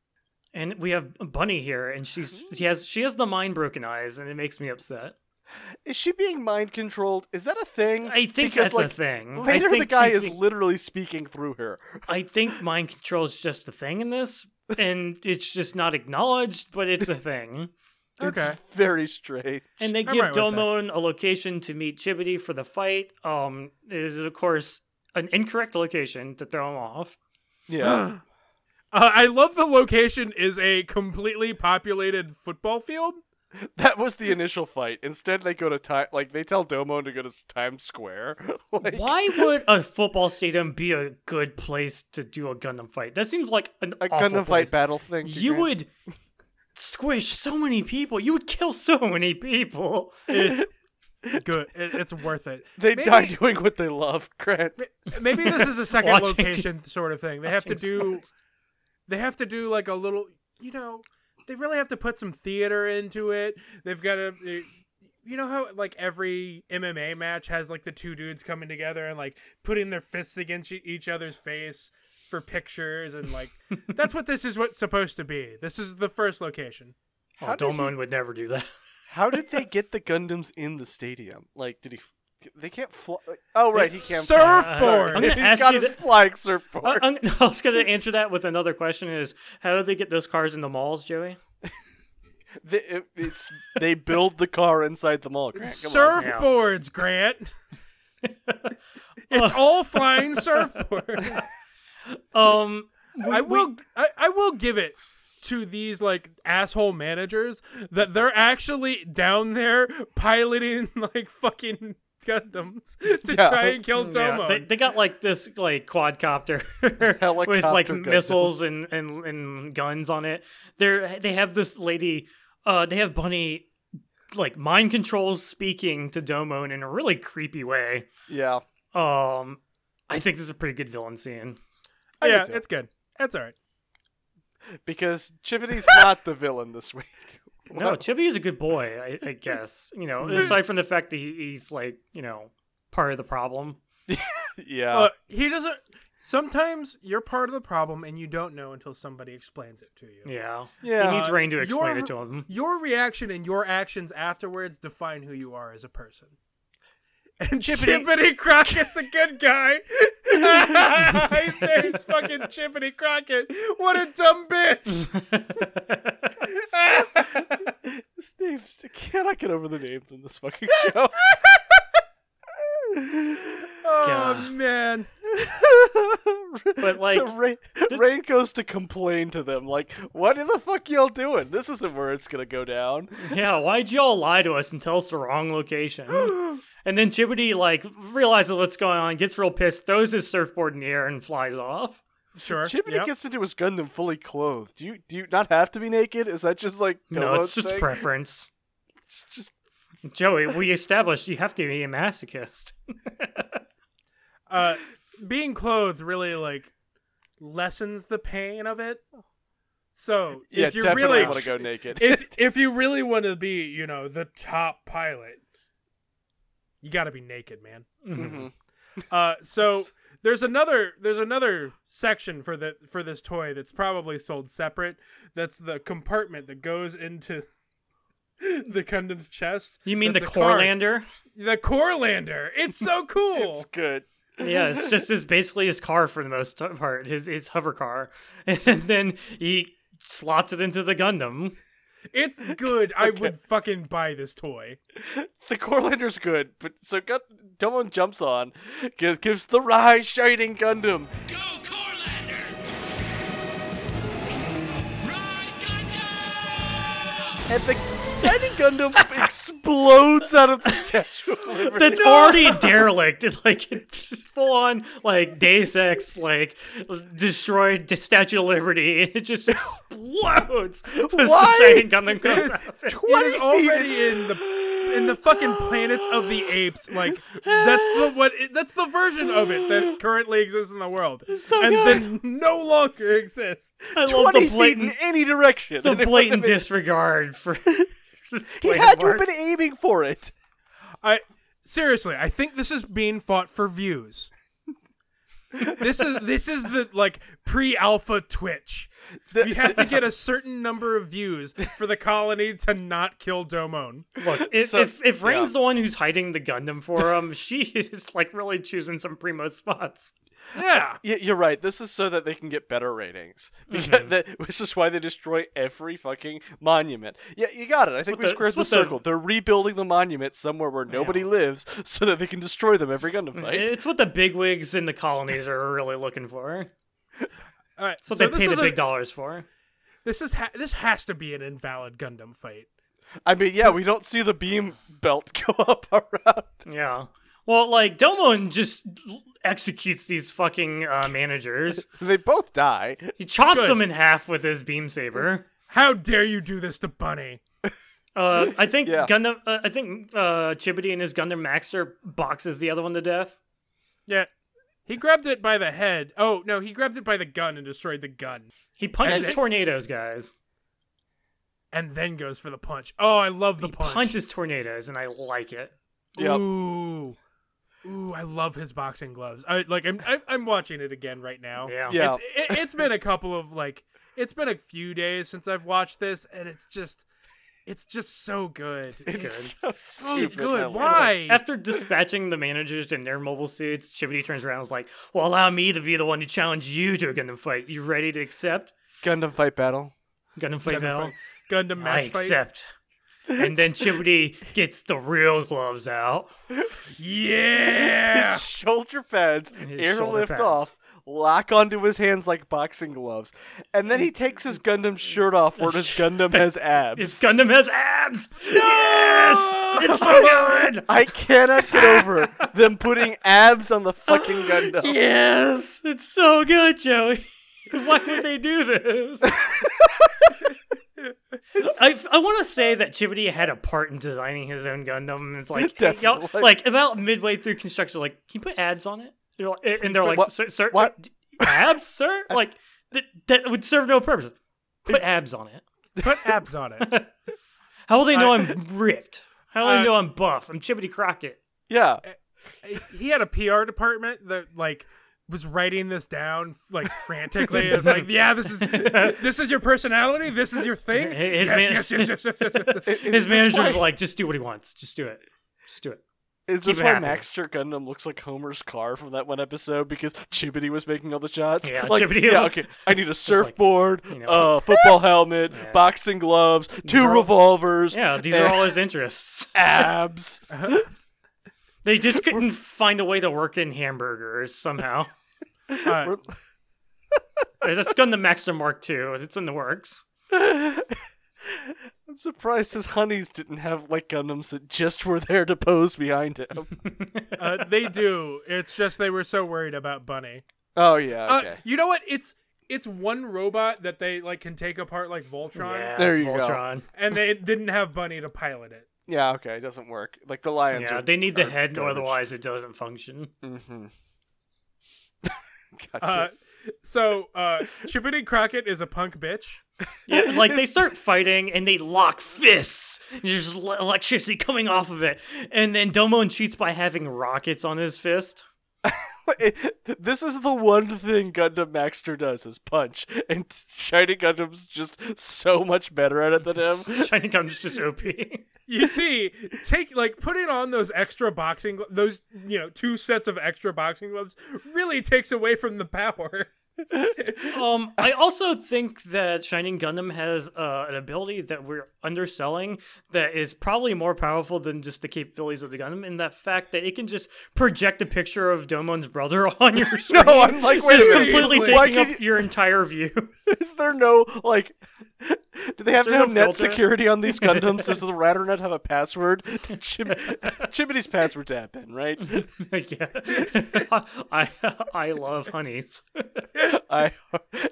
[SPEAKER 2] And we have Bunny here, and she's she has she has the mind broken eyes, and it makes me upset.
[SPEAKER 1] Is she being mind controlled? Is that a thing?
[SPEAKER 2] I think
[SPEAKER 1] Because,
[SPEAKER 2] that's
[SPEAKER 1] like,
[SPEAKER 2] a thing. I
[SPEAKER 1] Later,
[SPEAKER 2] think
[SPEAKER 1] the guy
[SPEAKER 2] she's
[SPEAKER 1] is
[SPEAKER 2] be-
[SPEAKER 1] literally speaking through her.
[SPEAKER 2] I think mind control is just a thing in this, and it's just not acknowledged, but it's a thing.
[SPEAKER 3] Okay.
[SPEAKER 1] It's very strange.
[SPEAKER 2] And they
[SPEAKER 3] I'm
[SPEAKER 2] give
[SPEAKER 3] right with that.
[SPEAKER 2] Domon a location to meet Chibity for the fight. Um, it is of course an incorrect location to throw him off.
[SPEAKER 1] Yeah.
[SPEAKER 3] Uh, I love the location is a completely populated football field.
[SPEAKER 1] that was the initial fight. Instead, they go to time. Like they tell Domo to go to s- Times Square. like,
[SPEAKER 2] Why would a football stadium be a good place to do a Gundam fight? That seems like an
[SPEAKER 1] A
[SPEAKER 2] awful
[SPEAKER 1] Gundam
[SPEAKER 2] place.
[SPEAKER 1] fight battle thing. to
[SPEAKER 2] You
[SPEAKER 1] grant.
[SPEAKER 2] would squish so many people. You would kill so many people.
[SPEAKER 3] It's Good. It, it's worth it.
[SPEAKER 1] They
[SPEAKER 3] Maybe-
[SPEAKER 1] die doing what they love, Grant.
[SPEAKER 3] Maybe this is a second
[SPEAKER 2] Watching-
[SPEAKER 3] location sort of thing. They have to do. They have to do like a little. You know, they really have to put some theater into it. They've got to. you know how like every MMA match has like the two dudes coming together and like putting their fists against e- each other's face for pictures and like that's what this is what's supposed to be. This is the first location.
[SPEAKER 2] Oh,
[SPEAKER 1] How did
[SPEAKER 2] Dolmon would never do that.
[SPEAKER 1] How did they get the Gundams in the stadium? Like, did he? f- They can't fly. Oh, right, he can't. fly.
[SPEAKER 3] Surfboard.
[SPEAKER 2] Uh, I'm gonna
[SPEAKER 1] He's
[SPEAKER 2] ask
[SPEAKER 1] got
[SPEAKER 2] you Uh,
[SPEAKER 1] his
[SPEAKER 2] that-
[SPEAKER 1] flying surfboard.
[SPEAKER 2] I, I'm- I was going to answer that with another question: Is how do they get those cars into malls, Joey? uh.
[SPEAKER 1] They, it- it's they build the car inside the mall. Grant, come on.
[SPEAKER 3] surfboards, Grant. it's all flying surfboards.
[SPEAKER 2] Um,
[SPEAKER 3] I will I, I will give it to these like asshole managers that they're actually down there piloting like fucking Gundams to
[SPEAKER 1] Yeah.
[SPEAKER 3] try and kill
[SPEAKER 2] yeah,
[SPEAKER 3] Tomo.
[SPEAKER 2] they, they got like this like quadcopter with like
[SPEAKER 1] Helicopter Gundam.
[SPEAKER 2] missiles and, and and guns on it. They're they have this lady. Uh, they have Bunny like mind controls speaking to Domon in a really creepy way.
[SPEAKER 1] Yeah,
[SPEAKER 2] Um, I think this is a pretty good villain scene.
[SPEAKER 1] I do
[SPEAKER 3] yeah,
[SPEAKER 1] too.
[SPEAKER 3] it's good. That's all right.
[SPEAKER 1] because Chivity's not the villain this week.
[SPEAKER 2] No, Chibi is a good boy, I, I guess. You know, aside from the fact that he, he's like you know part of the problem.
[SPEAKER 1] Yeah,
[SPEAKER 3] Uh, he doesn't sometimes you're part of the problem and you don't know until somebody explains it to you.
[SPEAKER 2] Yeah,
[SPEAKER 1] Yeah.
[SPEAKER 2] He needs Rain to explain
[SPEAKER 3] Uh, your-
[SPEAKER 2] it to him.
[SPEAKER 3] Your reaction and your actions afterwards define who you are as a person. And
[SPEAKER 1] Chippity-
[SPEAKER 3] Chippity, Crockett's a good guy. His name's fucking Chippity Crockett. What a dumb bitch.
[SPEAKER 1] this name's I cannot get over the names in this fucking show.
[SPEAKER 3] Oh man.
[SPEAKER 2] But, like,
[SPEAKER 1] so Rain, Rain goes to complain to them, like, "What the fuck y'all doing? This isn't where it's gonna go down."
[SPEAKER 2] Yeah, why'd y'all lie to us and tell us the wrong location? and then Chibbity, like, realizes what's going on, gets real pissed, throws his surfboard in the air, and flies off.
[SPEAKER 3] Sure.
[SPEAKER 1] Chimney
[SPEAKER 3] yep.
[SPEAKER 1] gets into his Gundam fully clothed. Do you do you not have to be naked? Is that just like
[SPEAKER 2] no, it's
[SPEAKER 1] Domo's
[SPEAKER 2] just
[SPEAKER 1] thing?
[SPEAKER 2] preference.
[SPEAKER 1] It's just
[SPEAKER 2] Joey, we established you have to be a masochist.
[SPEAKER 3] uh being clothed really like lessens the pain of it. So
[SPEAKER 1] yeah,
[SPEAKER 3] if you
[SPEAKER 1] definitely
[SPEAKER 3] really
[SPEAKER 1] want to go naked.
[SPEAKER 3] if if you really want to be, you know, the top pilot, you got to be naked, man.
[SPEAKER 2] Mm-hmm.
[SPEAKER 1] Mhm.
[SPEAKER 3] Uh, so there's another there's another section for the for this toy that's probably sold separate. That's the compartment that goes into the Gundam's chest.
[SPEAKER 2] You mean
[SPEAKER 3] That's
[SPEAKER 2] the
[SPEAKER 3] a card.
[SPEAKER 2] Corlander?
[SPEAKER 3] The Corlander. It's so cool.
[SPEAKER 1] It's good.
[SPEAKER 2] yeah, it's just his basically his car for the most part, his his hover car, and then he slots it into the Gundam.
[SPEAKER 3] it's, good. I would fucking buy this toy.
[SPEAKER 1] The Corlander's good, but so Gun- Domon jumps on, gives, gives the Rai shining Gundam.
[SPEAKER 4] Go, Corlander! Rise, Gundam!
[SPEAKER 1] And the shining Gundam explodes out of the statue. of Liberty.
[SPEAKER 2] that's already derelict. It, like it's full on like Deus Ex, like destroyed the Statue of Liberty. It just explodes. as
[SPEAKER 1] Why?
[SPEAKER 2] The second Gundam goes
[SPEAKER 3] Yes.
[SPEAKER 2] up.
[SPEAKER 3] It is
[SPEAKER 1] 20 feet.
[SPEAKER 3] already in the in the fucking planets of the apes. Like that's the what it, that's the version of it that currently exists in the world,
[SPEAKER 2] so
[SPEAKER 3] and
[SPEAKER 2] good.
[SPEAKER 3] then no longer exists.
[SPEAKER 2] I love
[SPEAKER 1] Twenty
[SPEAKER 2] the
[SPEAKER 1] feet in
[SPEAKER 2] blatant,
[SPEAKER 1] any direction.
[SPEAKER 2] the
[SPEAKER 1] and it would've
[SPEAKER 2] blatant
[SPEAKER 1] been-
[SPEAKER 2] disregard for.
[SPEAKER 1] He had to have been aiming for it.
[SPEAKER 3] I seriously, I think this is being fought for views. this is this is the like pre-alpha Twitch. You have to get a certain number of views for the colony to not kill Domon.
[SPEAKER 2] Look, if,
[SPEAKER 1] So-
[SPEAKER 2] if if Rain's the one who's hiding the Gundam for him, she is like really choosing some primo spots.
[SPEAKER 3] Yeah.
[SPEAKER 1] Yeah, you're right. This is so that they can get better ratings, because
[SPEAKER 2] Mm-hmm.
[SPEAKER 1] that, which is why they destroy every fucking monument. Yeah, you got it. I think
[SPEAKER 2] what
[SPEAKER 1] we
[SPEAKER 2] the-
[SPEAKER 1] squared the
[SPEAKER 2] that's what the-
[SPEAKER 1] circle. They're rebuilding the monument somewhere where nobody lives, so that they can destroy them every Gundam fight.
[SPEAKER 2] It's what the bigwigs in the colonies are really looking for.
[SPEAKER 3] All right.
[SPEAKER 2] It's what
[SPEAKER 3] so
[SPEAKER 2] they
[SPEAKER 3] this
[SPEAKER 2] pay the
[SPEAKER 3] is a-
[SPEAKER 2] big dollars for.
[SPEAKER 3] This is ha- this has to be an invalid Gundam fight.
[SPEAKER 1] I mean, yeah, we don't see the beam belt go up around.
[SPEAKER 2] Yeah. Well, like Domon just l- executes these fucking uh, managers.
[SPEAKER 1] They both die.
[SPEAKER 2] He chops
[SPEAKER 3] Good.
[SPEAKER 2] them in half with his beam saber.
[SPEAKER 3] How dare you do this to Bunny?
[SPEAKER 2] Uh, I think
[SPEAKER 1] Yeah.
[SPEAKER 2] Gundam. Uh, I think uh, Chibity and his Gundam Maxter boxes the other one to death.
[SPEAKER 3] Yeah. He grabbed it by the head. Oh, no, he grabbed it by the gun and destroyed the gun.
[SPEAKER 2] He punches
[SPEAKER 3] And-
[SPEAKER 2] tornadoes, guys.
[SPEAKER 3] And then goes for the punch. Oh, I love the
[SPEAKER 2] he
[SPEAKER 3] punch.
[SPEAKER 2] punches tornadoes, and I like it.
[SPEAKER 1] Yep.
[SPEAKER 3] Ooh. Ooh, I love his boxing gloves. I like I'm I, I'm watching it again right now.
[SPEAKER 2] Yeah.
[SPEAKER 1] Yeah.
[SPEAKER 3] It's, it, it's been a couple of like it's been a few days since I've watched this and it's just it's just so good.
[SPEAKER 1] It's so
[SPEAKER 3] so
[SPEAKER 1] stupid. I
[SPEAKER 3] good.
[SPEAKER 1] love it.
[SPEAKER 3] Why?
[SPEAKER 2] After dispatching the managers in their mobile suits, Chibity turns around and is like, Well, allow me to be the one to challenge you to a Gundam fight. You ready to accept?
[SPEAKER 1] Gundam fight battle.
[SPEAKER 2] Gundam fight
[SPEAKER 3] Gundam
[SPEAKER 2] battle?
[SPEAKER 3] fight- Gundam
[SPEAKER 2] I
[SPEAKER 3] match fight.
[SPEAKER 2] accept. and then Chibity gets the real gloves out.
[SPEAKER 3] Yeah.
[SPEAKER 1] His shoulder pads,
[SPEAKER 2] His
[SPEAKER 1] air
[SPEAKER 2] shoulder
[SPEAKER 1] lift
[SPEAKER 2] pads.
[SPEAKER 1] off, lock onto his hands like boxing gloves, and then he takes his Gundam shirt off where his Gundam has abs.
[SPEAKER 2] It's Gundam has abs! Yes! It's so good!
[SPEAKER 1] I cannot get over it. them putting abs on the fucking Gundam.
[SPEAKER 2] Yes! It's so good, Joey. Why would they do this? I, I want to say that Chibity had a part in designing his own Gundam. It's like, hey, y'all-
[SPEAKER 1] Definitely.
[SPEAKER 2] like about midway through construction, like, can you put abs on it? They're like- and they're like,
[SPEAKER 1] What-
[SPEAKER 2] sir, sir
[SPEAKER 1] what?
[SPEAKER 2] d- abs, sir? Like that, that would serve no purpose. Put abs on it.
[SPEAKER 3] Put abs on it.
[SPEAKER 2] How will they know I, am ripped? How will
[SPEAKER 3] I-
[SPEAKER 2] they know I'm buff? I'm Chibity Crockett.
[SPEAKER 1] Yeah.
[SPEAKER 3] He had a PR department that like was writing this down like frantically. It's like, yeah, this is this is your personality. This is your thing.
[SPEAKER 2] His
[SPEAKER 3] yes,
[SPEAKER 2] man-
[SPEAKER 3] yes, yes, yes, yes, yes, yes, yes.
[SPEAKER 1] Is
[SPEAKER 2] His
[SPEAKER 1] this
[SPEAKER 2] manager's
[SPEAKER 1] why-
[SPEAKER 2] like, just do what he wants. Just do it. Just do it.
[SPEAKER 1] Is this
[SPEAKER 2] keep it
[SPEAKER 1] why
[SPEAKER 2] happening.
[SPEAKER 1] Maxter Gundam looks like Homer's car from that one episode because Chibity was making all the shots?
[SPEAKER 2] Yeah,
[SPEAKER 1] like,
[SPEAKER 2] Chibity-
[SPEAKER 1] Yeah, okay. I need a surfboard,
[SPEAKER 2] you know.
[SPEAKER 1] uh, football helmet, boxing gloves, two
[SPEAKER 2] are all-
[SPEAKER 1] revolvers,
[SPEAKER 2] Yeah, these are all his interests.
[SPEAKER 1] abs.
[SPEAKER 2] They just couldn't find a way to work in hamburgers somehow.
[SPEAKER 3] Uh,
[SPEAKER 1] We're-
[SPEAKER 2] That's going to Maxter Mark too. It's in the works.
[SPEAKER 1] I'm surprised his honeys didn't have like Gundams that just were there to pose behind him.
[SPEAKER 3] uh, they do. It's just they were so worried about Bunny.
[SPEAKER 1] oh yeah, okay.
[SPEAKER 3] Uh, you know what? It's it's one robot that they like can take apart like Voltron,
[SPEAKER 2] Yeah,
[SPEAKER 1] There
[SPEAKER 2] it's
[SPEAKER 1] you go.
[SPEAKER 2] Voltron.
[SPEAKER 3] and they didn't have Bunny to pilot it.
[SPEAKER 1] yeah, okay. It doesn't work. Like the lions.
[SPEAKER 2] Yeah,
[SPEAKER 1] are-
[SPEAKER 2] they need the
[SPEAKER 1] are
[SPEAKER 2] head,
[SPEAKER 1] garbage.
[SPEAKER 2] otherwise it doesn't function.
[SPEAKER 1] Mhm. God
[SPEAKER 3] Uh,
[SPEAKER 1] damn.
[SPEAKER 3] so uh, Chibity Crockett is a punk bitch.
[SPEAKER 2] Yeah, like they start fighting and they lock fists. And there's le- electricity coming off of it, and then Domon cheats by having rockets on his fist.
[SPEAKER 1] this is the one thing Gundam Maxter does is punch, and Shiny Gundam's just so much better at it than him.
[SPEAKER 2] Shining Gundam's just OP.
[SPEAKER 3] You see, take like putting on those extra boxing, glo- those you know two sets of extra boxing gloves really takes away from the power.
[SPEAKER 2] um, I also think that Shining Gundam has uh, an ability that we're underselling that is probably more powerful than just the capabilities of the Gundam, and that fact that it can just project a picture of Domon's brother on your screen.
[SPEAKER 1] Oh, I'm like, wait a
[SPEAKER 2] just
[SPEAKER 1] minute,
[SPEAKER 2] completely
[SPEAKER 1] seriously? Why
[SPEAKER 2] taking up
[SPEAKER 1] can't
[SPEAKER 2] your entire view.
[SPEAKER 1] Is there no like? Do they have to
[SPEAKER 2] there
[SPEAKER 1] have
[SPEAKER 2] no
[SPEAKER 1] net
[SPEAKER 2] filter?
[SPEAKER 1] security on these Gundams? Does the Ratternet have a password? Chim- Chimity's password's admin, right?
[SPEAKER 2] yeah, I I love honeys
[SPEAKER 1] I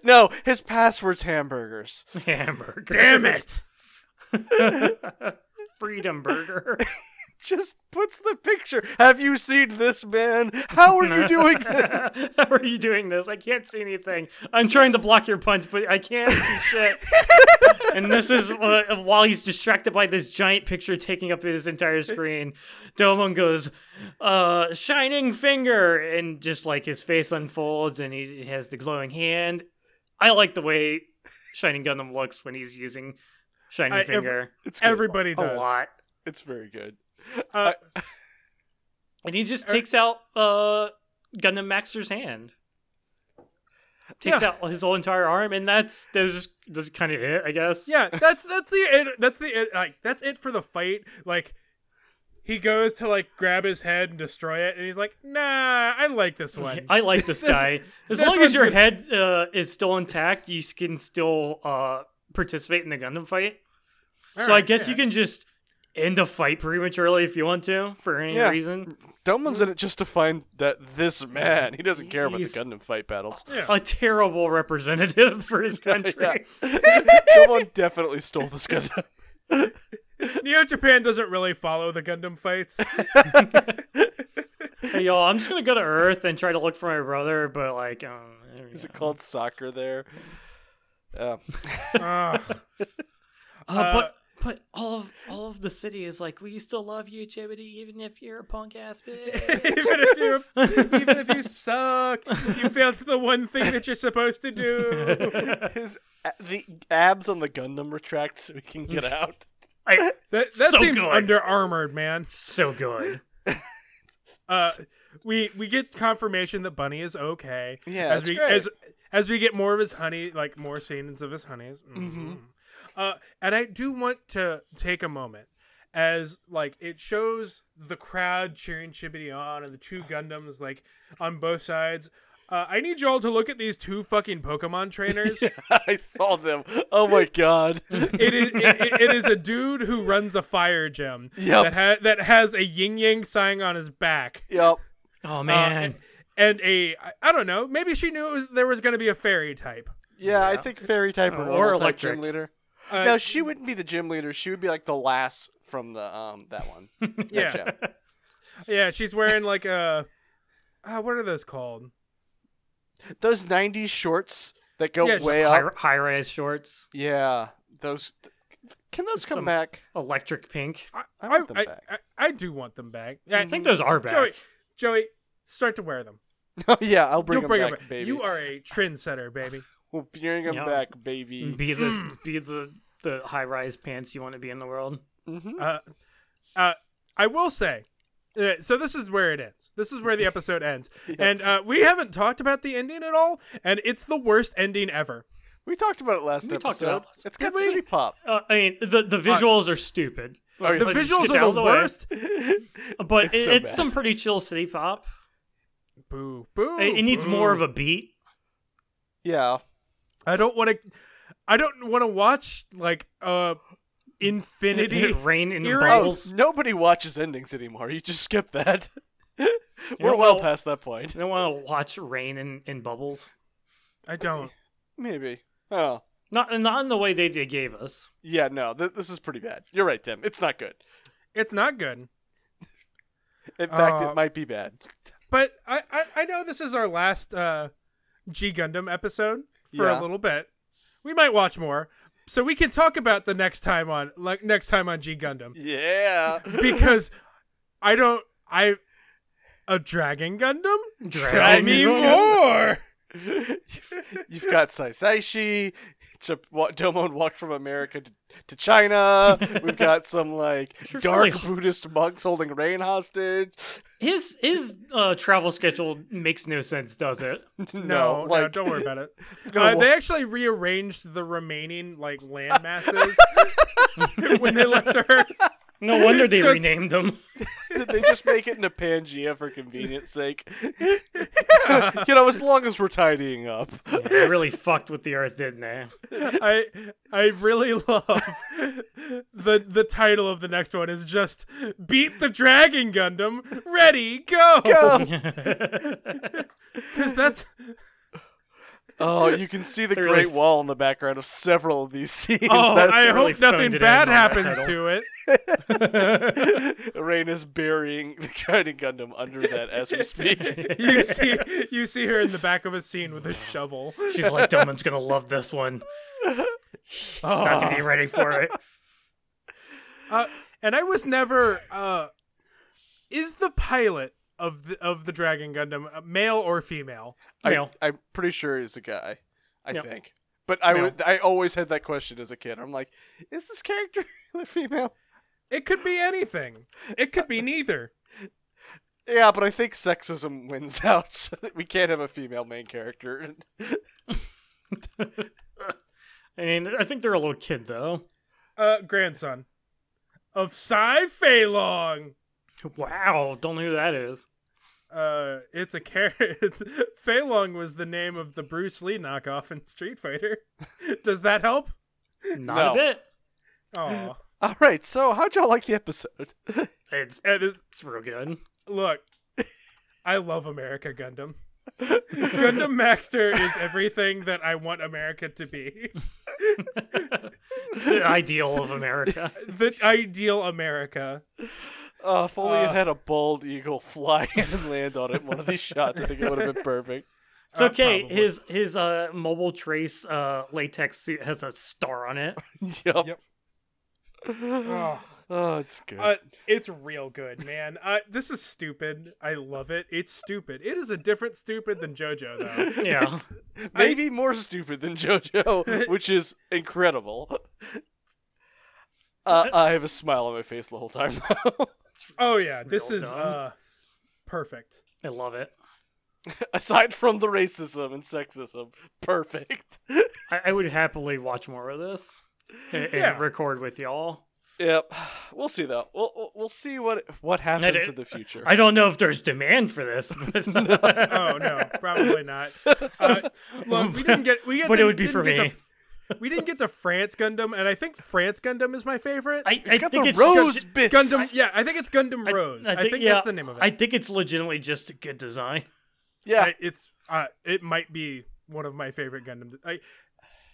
[SPEAKER 1] no, his password's hamburgers.
[SPEAKER 2] hamburger.
[SPEAKER 3] Damn it!
[SPEAKER 2] freedom burger.
[SPEAKER 1] Just puts the picture. Have you seen this man? How are you doing this?
[SPEAKER 2] How are you doing this? I can't see anything. I'm trying to block your punch, but I can't see shit. and this is uh, while he's distracted by this giant picture taking up his entire screen. Domon goes, uh, shining finger, and just like his face unfolds and he has the glowing hand. I like the way Shining Gundam looks when he's using Shining
[SPEAKER 3] I- every-
[SPEAKER 2] Finger
[SPEAKER 1] It's good.
[SPEAKER 3] Everybody
[SPEAKER 2] a
[SPEAKER 3] does.
[SPEAKER 2] lot.
[SPEAKER 1] It's very good.
[SPEAKER 3] Uh,
[SPEAKER 2] And he just takes out uh Gundam Maxter's hand. Takes
[SPEAKER 3] Yeah.
[SPEAKER 2] out his whole entire arm, and that's that's, that's kind of it, I guess.
[SPEAKER 3] yeah, that's that's the it, that's the it, like that's it for the fight. Like he goes to like grab his head and destroy it, and he's like, "Nah, I like this one."
[SPEAKER 2] I like this
[SPEAKER 3] This-
[SPEAKER 2] guy. As
[SPEAKER 3] this
[SPEAKER 2] long as
[SPEAKER 3] one's
[SPEAKER 2] your
[SPEAKER 3] good.
[SPEAKER 2] head uh, is still intact, you can still uh, participate in the Gundam fight. so I
[SPEAKER 3] Alright,
[SPEAKER 2] guess
[SPEAKER 3] yeah.
[SPEAKER 2] you can just end a fight prematurely if you want to for any
[SPEAKER 1] Yeah.
[SPEAKER 2] reason.
[SPEAKER 1] Domon's in it just to find that this man. He doesn't care about the
[SPEAKER 2] He's-
[SPEAKER 1] Gundam fight battles.
[SPEAKER 2] A terrible representative for his country.
[SPEAKER 1] Domon definitely stole this Gundam.
[SPEAKER 3] Neo Japan doesn't really follow the Gundam fights.
[SPEAKER 2] Hey, y'all, I'm just gonna go to Earth and try to look for my brother, but like, um, there we
[SPEAKER 1] Is
[SPEAKER 2] go.
[SPEAKER 1] it called soccer there? Uh,
[SPEAKER 3] Ugh.
[SPEAKER 2] Uh, but but all of all of the city is like, we still love you, Chibity, even if you're a punk ass bitch.
[SPEAKER 3] even if you even if you suck, you failed the one thing that you're supposed to do.
[SPEAKER 1] his the abs on the Gundam retract so he can get out.
[SPEAKER 2] I,
[SPEAKER 3] That, that
[SPEAKER 2] So
[SPEAKER 3] seems
[SPEAKER 2] good.
[SPEAKER 3] under armored, man.
[SPEAKER 2] so good.
[SPEAKER 3] Uh, we we get confirmation that Bunny is okay.
[SPEAKER 1] Yeah,
[SPEAKER 3] as
[SPEAKER 1] that's
[SPEAKER 3] we
[SPEAKER 1] great.
[SPEAKER 3] as as we get more of his honey, like more scenes of his honeys.
[SPEAKER 1] Mm-hmm.
[SPEAKER 3] Mhm. Uh, and I do want to take a moment as like it shows the crowd cheering Chibity on and the two Gundams like on both sides. Uh, I need y'all to look at these two fucking Pokemon trainers.
[SPEAKER 1] I saw them. Oh my god.
[SPEAKER 3] it is it, it- it is a dude who runs a fire gem
[SPEAKER 1] Yep.
[SPEAKER 3] that ha- that has a yin yang sign on his back.
[SPEAKER 1] yep.
[SPEAKER 2] Oh
[SPEAKER 3] Uh,
[SPEAKER 2] man,
[SPEAKER 3] and, and a I- I don't know. Maybe she knew it was, there was going to be a fairy type.
[SPEAKER 1] Yeah, I think fairy type or,
[SPEAKER 2] Or
[SPEAKER 1] normal type
[SPEAKER 2] electric.
[SPEAKER 1] gym leader.
[SPEAKER 3] Uh,
[SPEAKER 1] no, she wouldn't be the gym leader. She would be like the last from the um that one. That
[SPEAKER 3] Yeah.
[SPEAKER 1] gym.
[SPEAKER 3] Yeah, she's wearing like a uh, what are those called?
[SPEAKER 1] Those '90s shorts that go
[SPEAKER 3] Yeah, just
[SPEAKER 1] way
[SPEAKER 2] high,
[SPEAKER 1] up.
[SPEAKER 2] high rise shorts,
[SPEAKER 1] Yeah. Those. Can those come
[SPEAKER 2] Some-
[SPEAKER 1] back?
[SPEAKER 2] electric pink.
[SPEAKER 3] I
[SPEAKER 1] I want them
[SPEAKER 3] I,
[SPEAKER 1] back.
[SPEAKER 3] I, I do want them back.
[SPEAKER 2] I think those are back.
[SPEAKER 3] Joey, Joey, start to wear them.
[SPEAKER 1] Oh yeah, I'll bring
[SPEAKER 3] You'll
[SPEAKER 1] them
[SPEAKER 3] bring
[SPEAKER 1] back,
[SPEAKER 3] them back.
[SPEAKER 1] baby.
[SPEAKER 3] You are a trendsetter, baby.
[SPEAKER 1] We'll bring them
[SPEAKER 2] Yeah. Mm-hmm.
[SPEAKER 1] back, baby.
[SPEAKER 2] Be the be the the high rise pants you want to be in the world.
[SPEAKER 3] Uh, uh, I will say. Uh, so this is where it ends. This is where the episode ends, and uh, we haven't talked about the ending at all, and it's the worst ending ever.
[SPEAKER 1] We talked about it last
[SPEAKER 2] We talked
[SPEAKER 1] episode.
[SPEAKER 2] about it.
[SPEAKER 1] it's got
[SPEAKER 3] Did we? Oh,
[SPEAKER 1] city pop.
[SPEAKER 2] Uh, I mean, the the visuals are stupid.
[SPEAKER 1] Alright,
[SPEAKER 3] The
[SPEAKER 2] Let's just
[SPEAKER 3] visuals
[SPEAKER 2] get
[SPEAKER 3] are
[SPEAKER 2] out
[SPEAKER 3] the
[SPEAKER 2] way.
[SPEAKER 3] worst.
[SPEAKER 2] but
[SPEAKER 1] It's
[SPEAKER 2] it,
[SPEAKER 1] so
[SPEAKER 2] it's
[SPEAKER 1] bad.
[SPEAKER 2] some pretty chill city pop.
[SPEAKER 3] Boo, boo.
[SPEAKER 2] It, it needs
[SPEAKER 3] boo.
[SPEAKER 2] more of a beat.
[SPEAKER 1] yeah.
[SPEAKER 3] I don't want to. I don't want to watch like uh, infinity
[SPEAKER 2] Rain in
[SPEAKER 3] You're-
[SPEAKER 1] Oh,
[SPEAKER 2] bubbles.
[SPEAKER 1] nobody watches endings anymore. You just skip that. We're
[SPEAKER 2] know,
[SPEAKER 1] well,
[SPEAKER 2] well-
[SPEAKER 1] past that point.
[SPEAKER 2] I don't want to watch rain in, in bubbles.
[SPEAKER 3] I don't.
[SPEAKER 1] Maybe. Oh.
[SPEAKER 2] Not not in the way they, they gave us.
[SPEAKER 1] Yeah, no, th- this is pretty bad. You're right, Tim. It's not good.
[SPEAKER 3] It's not good.
[SPEAKER 1] In fact,
[SPEAKER 3] Uh,
[SPEAKER 1] it might be bad.
[SPEAKER 3] But I, I I know this is our last uh, G Gundam episode for
[SPEAKER 1] Yeah.
[SPEAKER 3] a little bit. We might watch more, so we can talk about the next time on like next time on G Gundam
[SPEAKER 1] Yeah.
[SPEAKER 3] because I don't I a Dragon Gundam. Tell
[SPEAKER 2] Dragon
[SPEAKER 3] me
[SPEAKER 2] Gundam.
[SPEAKER 3] more.
[SPEAKER 1] You've got Saisaishi. Ch- wa- Domon walked from America to, to China. We've got some like
[SPEAKER 2] You're
[SPEAKER 1] dark
[SPEAKER 2] fully-
[SPEAKER 1] Buddhist monks holding rain hostage.
[SPEAKER 2] His his uh, travel schedule makes no sense, does it?
[SPEAKER 3] No, no,
[SPEAKER 1] like-
[SPEAKER 3] don't worry about it.
[SPEAKER 1] gonna
[SPEAKER 3] Uh,
[SPEAKER 1] wa-
[SPEAKER 3] they actually rearranged the remaining like land masses when they left Earth.
[SPEAKER 2] No wonder they
[SPEAKER 3] So it's-
[SPEAKER 2] renamed them.
[SPEAKER 1] Did they just make it into Pangea for convenience sake? you know, as long as we're tidying up.
[SPEAKER 2] They really fucked with the earth, didn't they?
[SPEAKER 3] I I really love the the title of the next one is just beat the Dragon Gundam. Ready, go.
[SPEAKER 1] Go!
[SPEAKER 3] Because that's
[SPEAKER 1] Oh, you can see the
[SPEAKER 2] They're
[SPEAKER 1] Great
[SPEAKER 2] really-
[SPEAKER 1] Wall in the background of several of these scenes.
[SPEAKER 3] oh,
[SPEAKER 1] That's-
[SPEAKER 3] I
[SPEAKER 2] really
[SPEAKER 3] hope nothing
[SPEAKER 2] phoned it
[SPEAKER 3] bad
[SPEAKER 2] in on that
[SPEAKER 3] happens
[SPEAKER 2] title.
[SPEAKER 3] to it.
[SPEAKER 1] Rain is burying the Guiding Gundam under that as we speak.
[SPEAKER 3] You see you see her in the back of a scene with a shovel.
[SPEAKER 2] She's like, Doman's gonna love this one. He's not gonna be ready for it.
[SPEAKER 3] Uh, and I was never uh, is the pilot of the of the Dragon Gundam uh, male or female?
[SPEAKER 1] I,
[SPEAKER 2] Male.
[SPEAKER 1] I'm pretty sure he's a guy. I
[SPEAKER 2] Ah. Yep.
[SPEAKER 1] think. But I
[SPEAKER 2] Male.
[SPEAKER 1] would, I always had that question as a kid. I'm like, is this character female?
[SPEAKER 3] It could be anything. It could be neither.
[SPEAKER 1] Yeah, but I think sexism wins out. So that we can't have a female main character.
[SPEAKER 2] I mean, I think they're a little kid though.
[SPEAKER 3] Uh, grandson of Sai Fei Long.
[SPEAKER 2] Wow, don't know who that is.
[SPEAKER 3] Uh, it's a carrot. Fei Long was the name of the Bruce Lee knockoff in Street Fighter. Does that help?
[SPEAKER 2] Not
[SPEAKER 1] No.
[SPEAKER 2] a bit.
[SPEAKER 3] Oh,
[SPEAKER 1] All right, so how'd y'all like the episode?
[SPEAKER 2] It's
[SPEAKER 3] it is.
[SPEAKER 2] it's real good.
[SPEAKER 3] Look, I love America Gundam. Gundam Maxter is everything that I want America to be.
[SPEAKER 2] the ideal of America.
[SPEAKER 3] The ideal America.
[SPEAKER 1] Uh, if only it had a bald eagle fly in and land on it in one of these shots, I think it would have been perfect.
[SPEAKER 2] It's okay.
[SPEAKER 3] probably.
[SPEAKER 2] his his uh mobile trace uh latex suit has a star on it.
[SPEAKER 1] Yup.
[SPEAKER 3] Yep. Oh,
[SPEAKER 1] Oh, it's good.
[SPEAKER 3] uh, it's real good, man. Uh, this is stupid. I love it. It's stupid. It is a different stupid than JoJo, though.
[SPEAKER 2] Yeah.
[SPEAKER 1] Maybe more stupid than JoJo, which is incredible. Uh, I have a smile on my face the whole time.
[SPEAKER 3] Oh yeah, this
[SPEAKER 2] Real
[SPEAKER 3] is
[SPEAKER 2] dumb.
[SPEAKER 3] uh, perfect.
[SPEAKER 2] I love it.
[SPEAKER 1] Aside from the racism and sexism, perfect.
[SPEAKER 2] I, I would happily watch more of this and, and
[SPEAKER 3] Yeah.
[SPEAKER 2] record with y'all.
[SPEAKER 1] Yep. We'll see though. We'll we'll- we'll see what what happens in the future.
[SPEAKER 2] I don't know if there's demand for this, but
[SPEAKER 3] Oh no, probably not. Uh, look, we didn't get we get
[SPEAKER 2] But it would be
[SPEAKER 3] didn't
[SPEAKER 2] for
[SPEAKER 3] get to-
[SPEAKER 2] me.
[SPEAKER 3] we didn't get to France Gundam, and I think France Gundam is my favorite.
[SPEAKER 2] I, I
[SPEAKER 1] it's got
[SPEAKER 2] think
[SPEAKER 1] the
[SPEAKER 2] it's
[SPEAKER 1] rose
[SPEAKER 2] just-
[SPEAKER 1] bits.
[SPEAKER 3] Gundam, yeah, I think it's Gundam
[SPEAKER 2] I-
[SPEAKER 3] Rose. I, think,
[SPEAKER 2] yeah,
[SPEAKER 3] that's the name of it.
[SPEAKER 2] I think it's legitimately just a good design.
[SPEAKER 1] yeah.
[SPEAKER 3] I- it's uh, it might be one of my favorite Gundam. de- I,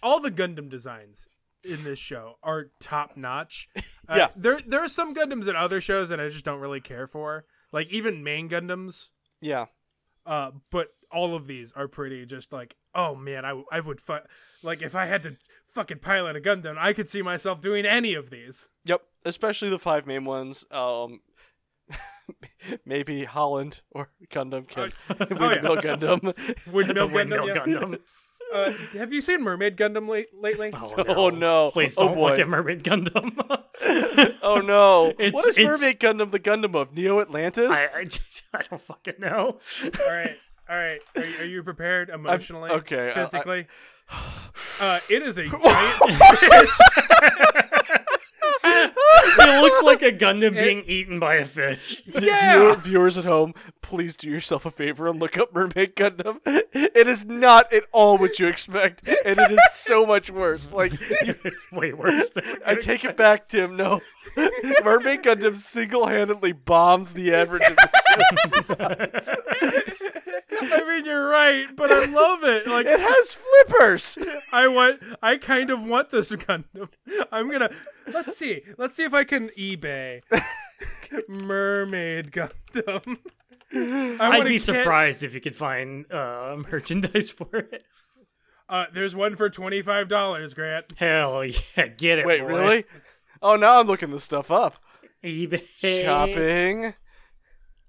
[SPEAKER 3] all the Gundam designs in this show are top notch. Uh,
[SPEAKER 1] Yeah.
[SPEAKER 3] there there are some Gundams in other shows that I just don't really care for, like even main Gundams.
[SPEAKER 1] yeah.
[SPEAKER 3] Uh, but all of these are pretty. Just like, oh man, I I would fu- like if I had to fucking pilot a Gundam, I could see myself doing any of these.
[SPEAKER 1] Yep. Especially the five main ones. Um, maybe Holland or Gundam Kid.
[SPEAKER 2] Oh,
[SPEAKER 1] Windmill Gundam.
[SPEAKER 3] Windmill
[SPEAKER 2] The windmill
[SPEAKER 3] yeah.
[SPEAKER 2] Gundam.
[SPEAKER 3] Uh, have you seen Mermaid Gundam late- lately?
[SPEAKER 2] Oh,
[SPEAKER 1] Oh no!
[SPEAKER 2] Please
[SPEAKER 1] oh,
[SPEAKER 2] don't
[SPEAKER 1] boy.
[SPEAKER 2] look at Mermaid Gundam.
[SPEAKER 1] Oh no!
[SPEAKER 2] It's-
[SPEAKER 1] what is
[SPEAKER 2] it's-
[SPEAKER 1] Mermaid Gundam the Gundam of Neo Atlantis?
[SPEAKER 2] I, I, just- I don't fucking know.
[SPEAKER 3] All right, all right. Are you, are you prepared emotionally?
[SPEAKER 1] okay, uh, I-
[SPEAKER 3] Physically. Uh, it is a giant.
[SPEAKER 2] It looks like a Gundam being eaten by a fish.
[SPEAKER 1] Viewer- viewers at home, please do yourself a favor and look up Mermaid Gundam. It is not at all what you expect, and it is so much worse. Like, you,
[SPEAKER 2] It's way worse than
[SPEAKER 1] I take it back, Tim. No, Mermaid Gundam single-handedly bombs the average. Of
[SPEAKER 3] I mean, you're right, but I love it. Like,
[SPEAKER 1] it has flippers.
[SPEAKER 3] I want. I kind of want this Gundam. I'm gonna. Let's see. Let's see if I can eBay. Mermaid Gundam. I
[SPEAKER 2] I'd
[SPEAKER 3] wanna
[SPEAKER 2] be
[SPEAKER 3] get-
[SPEAKER 2] surprised if you could find uh, merchandise for it.
[SPEAKER 3] Uh, there's one for twenty five dollars, Grant.
[SPEAKER 2] Hell yeah, get it.
[SPEAKER 1] Wait,
[SPEAKER 2] boy.
[SPEAKER 1] really? Oh, now I'm looking this stuff up.
[SPEAKER 2] eBay.
[SPEAKER 1] Shopping.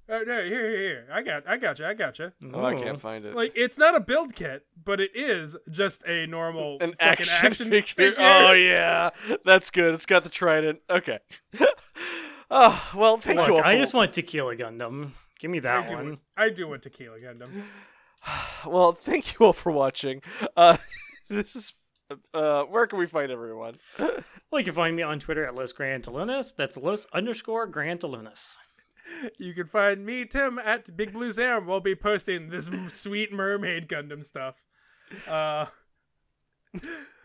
[SPEAKER 3] Oh no, here, here, here. I got, I got you, I got you.
[SPEAKER 1] Oh, I
[SPEAKER 2] Ooh.
[SPEAKER 1] can't find it.
[SPEAKER 3] Like it's not a build kit, but it is just a normal
[SPEAKER 1] an
[SPEAKER 3] fucking
[SPEAKER 1] action,
[SPEAKER 3] action
[SPEAKER 1] figure. Oh yeah, that's good. It's got the trident. Okay. oh well, thank you.
[SPEAKER 2] Look,
[SPEAKER 1] All
[SPEAKER 2] I
[SPEAKER 1] for-
[SPEAKER 2] just want Tequila Gundam. Give me
[SPEAKER 3] I
[SPEAKER 2] that
[SPEAKER 3] do,
[SPEAKER 2] one.
[SPEAKER 3] want- I do want Tequila Gundam.
[SPEAKER 1] well, thank you all for watching. Uh, this is. Uh, where can we find everyone?
[SPEAKER 2] Well, you can find me on Twitter at Los Grantalunas. That's Los underscore Grantalunas.
[SPEAKER 3] You can find me, Tim, at Big Blue Zam. We'll be posting this m- sweet mermaid Gundam stuff. Uh, you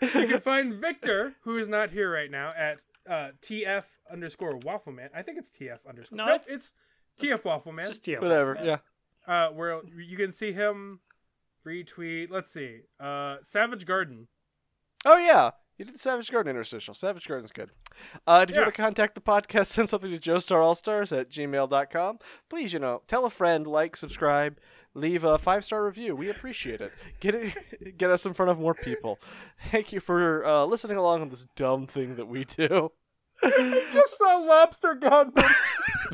[SPEAKER 3] can find Victor, who is not here right now, at uh, TF underscore Waffleman. I think it's TF underscore.
[SPEAKER 2] No,
[SPEAKER 3] nope, it's TF Waffleman.
[SPEAKER 2] Just you.
[SPEAKER 1] Whatever. Yeah.
[SPEAKER 3] uh, where you can see him retweet. Let's see, uh, Savage Garden.
[SPEAKER 1] Oh yeah. You did the Savage Garden interstitial. Savage Garden's good. Uh, if you
[SPEAKER 3] Yeah.
[SPEAKER 1] want to contact the podcast, send something to joestarallstars at gmail.com. Please, you know, tell a friend, like, subscribe, leave a five star review. We appreciate it. Get it, get us in front of more people. Thank you for uh, listening along on this dumb thing that we do.
[SPEAKER 3] Just saw Lobster Gundam.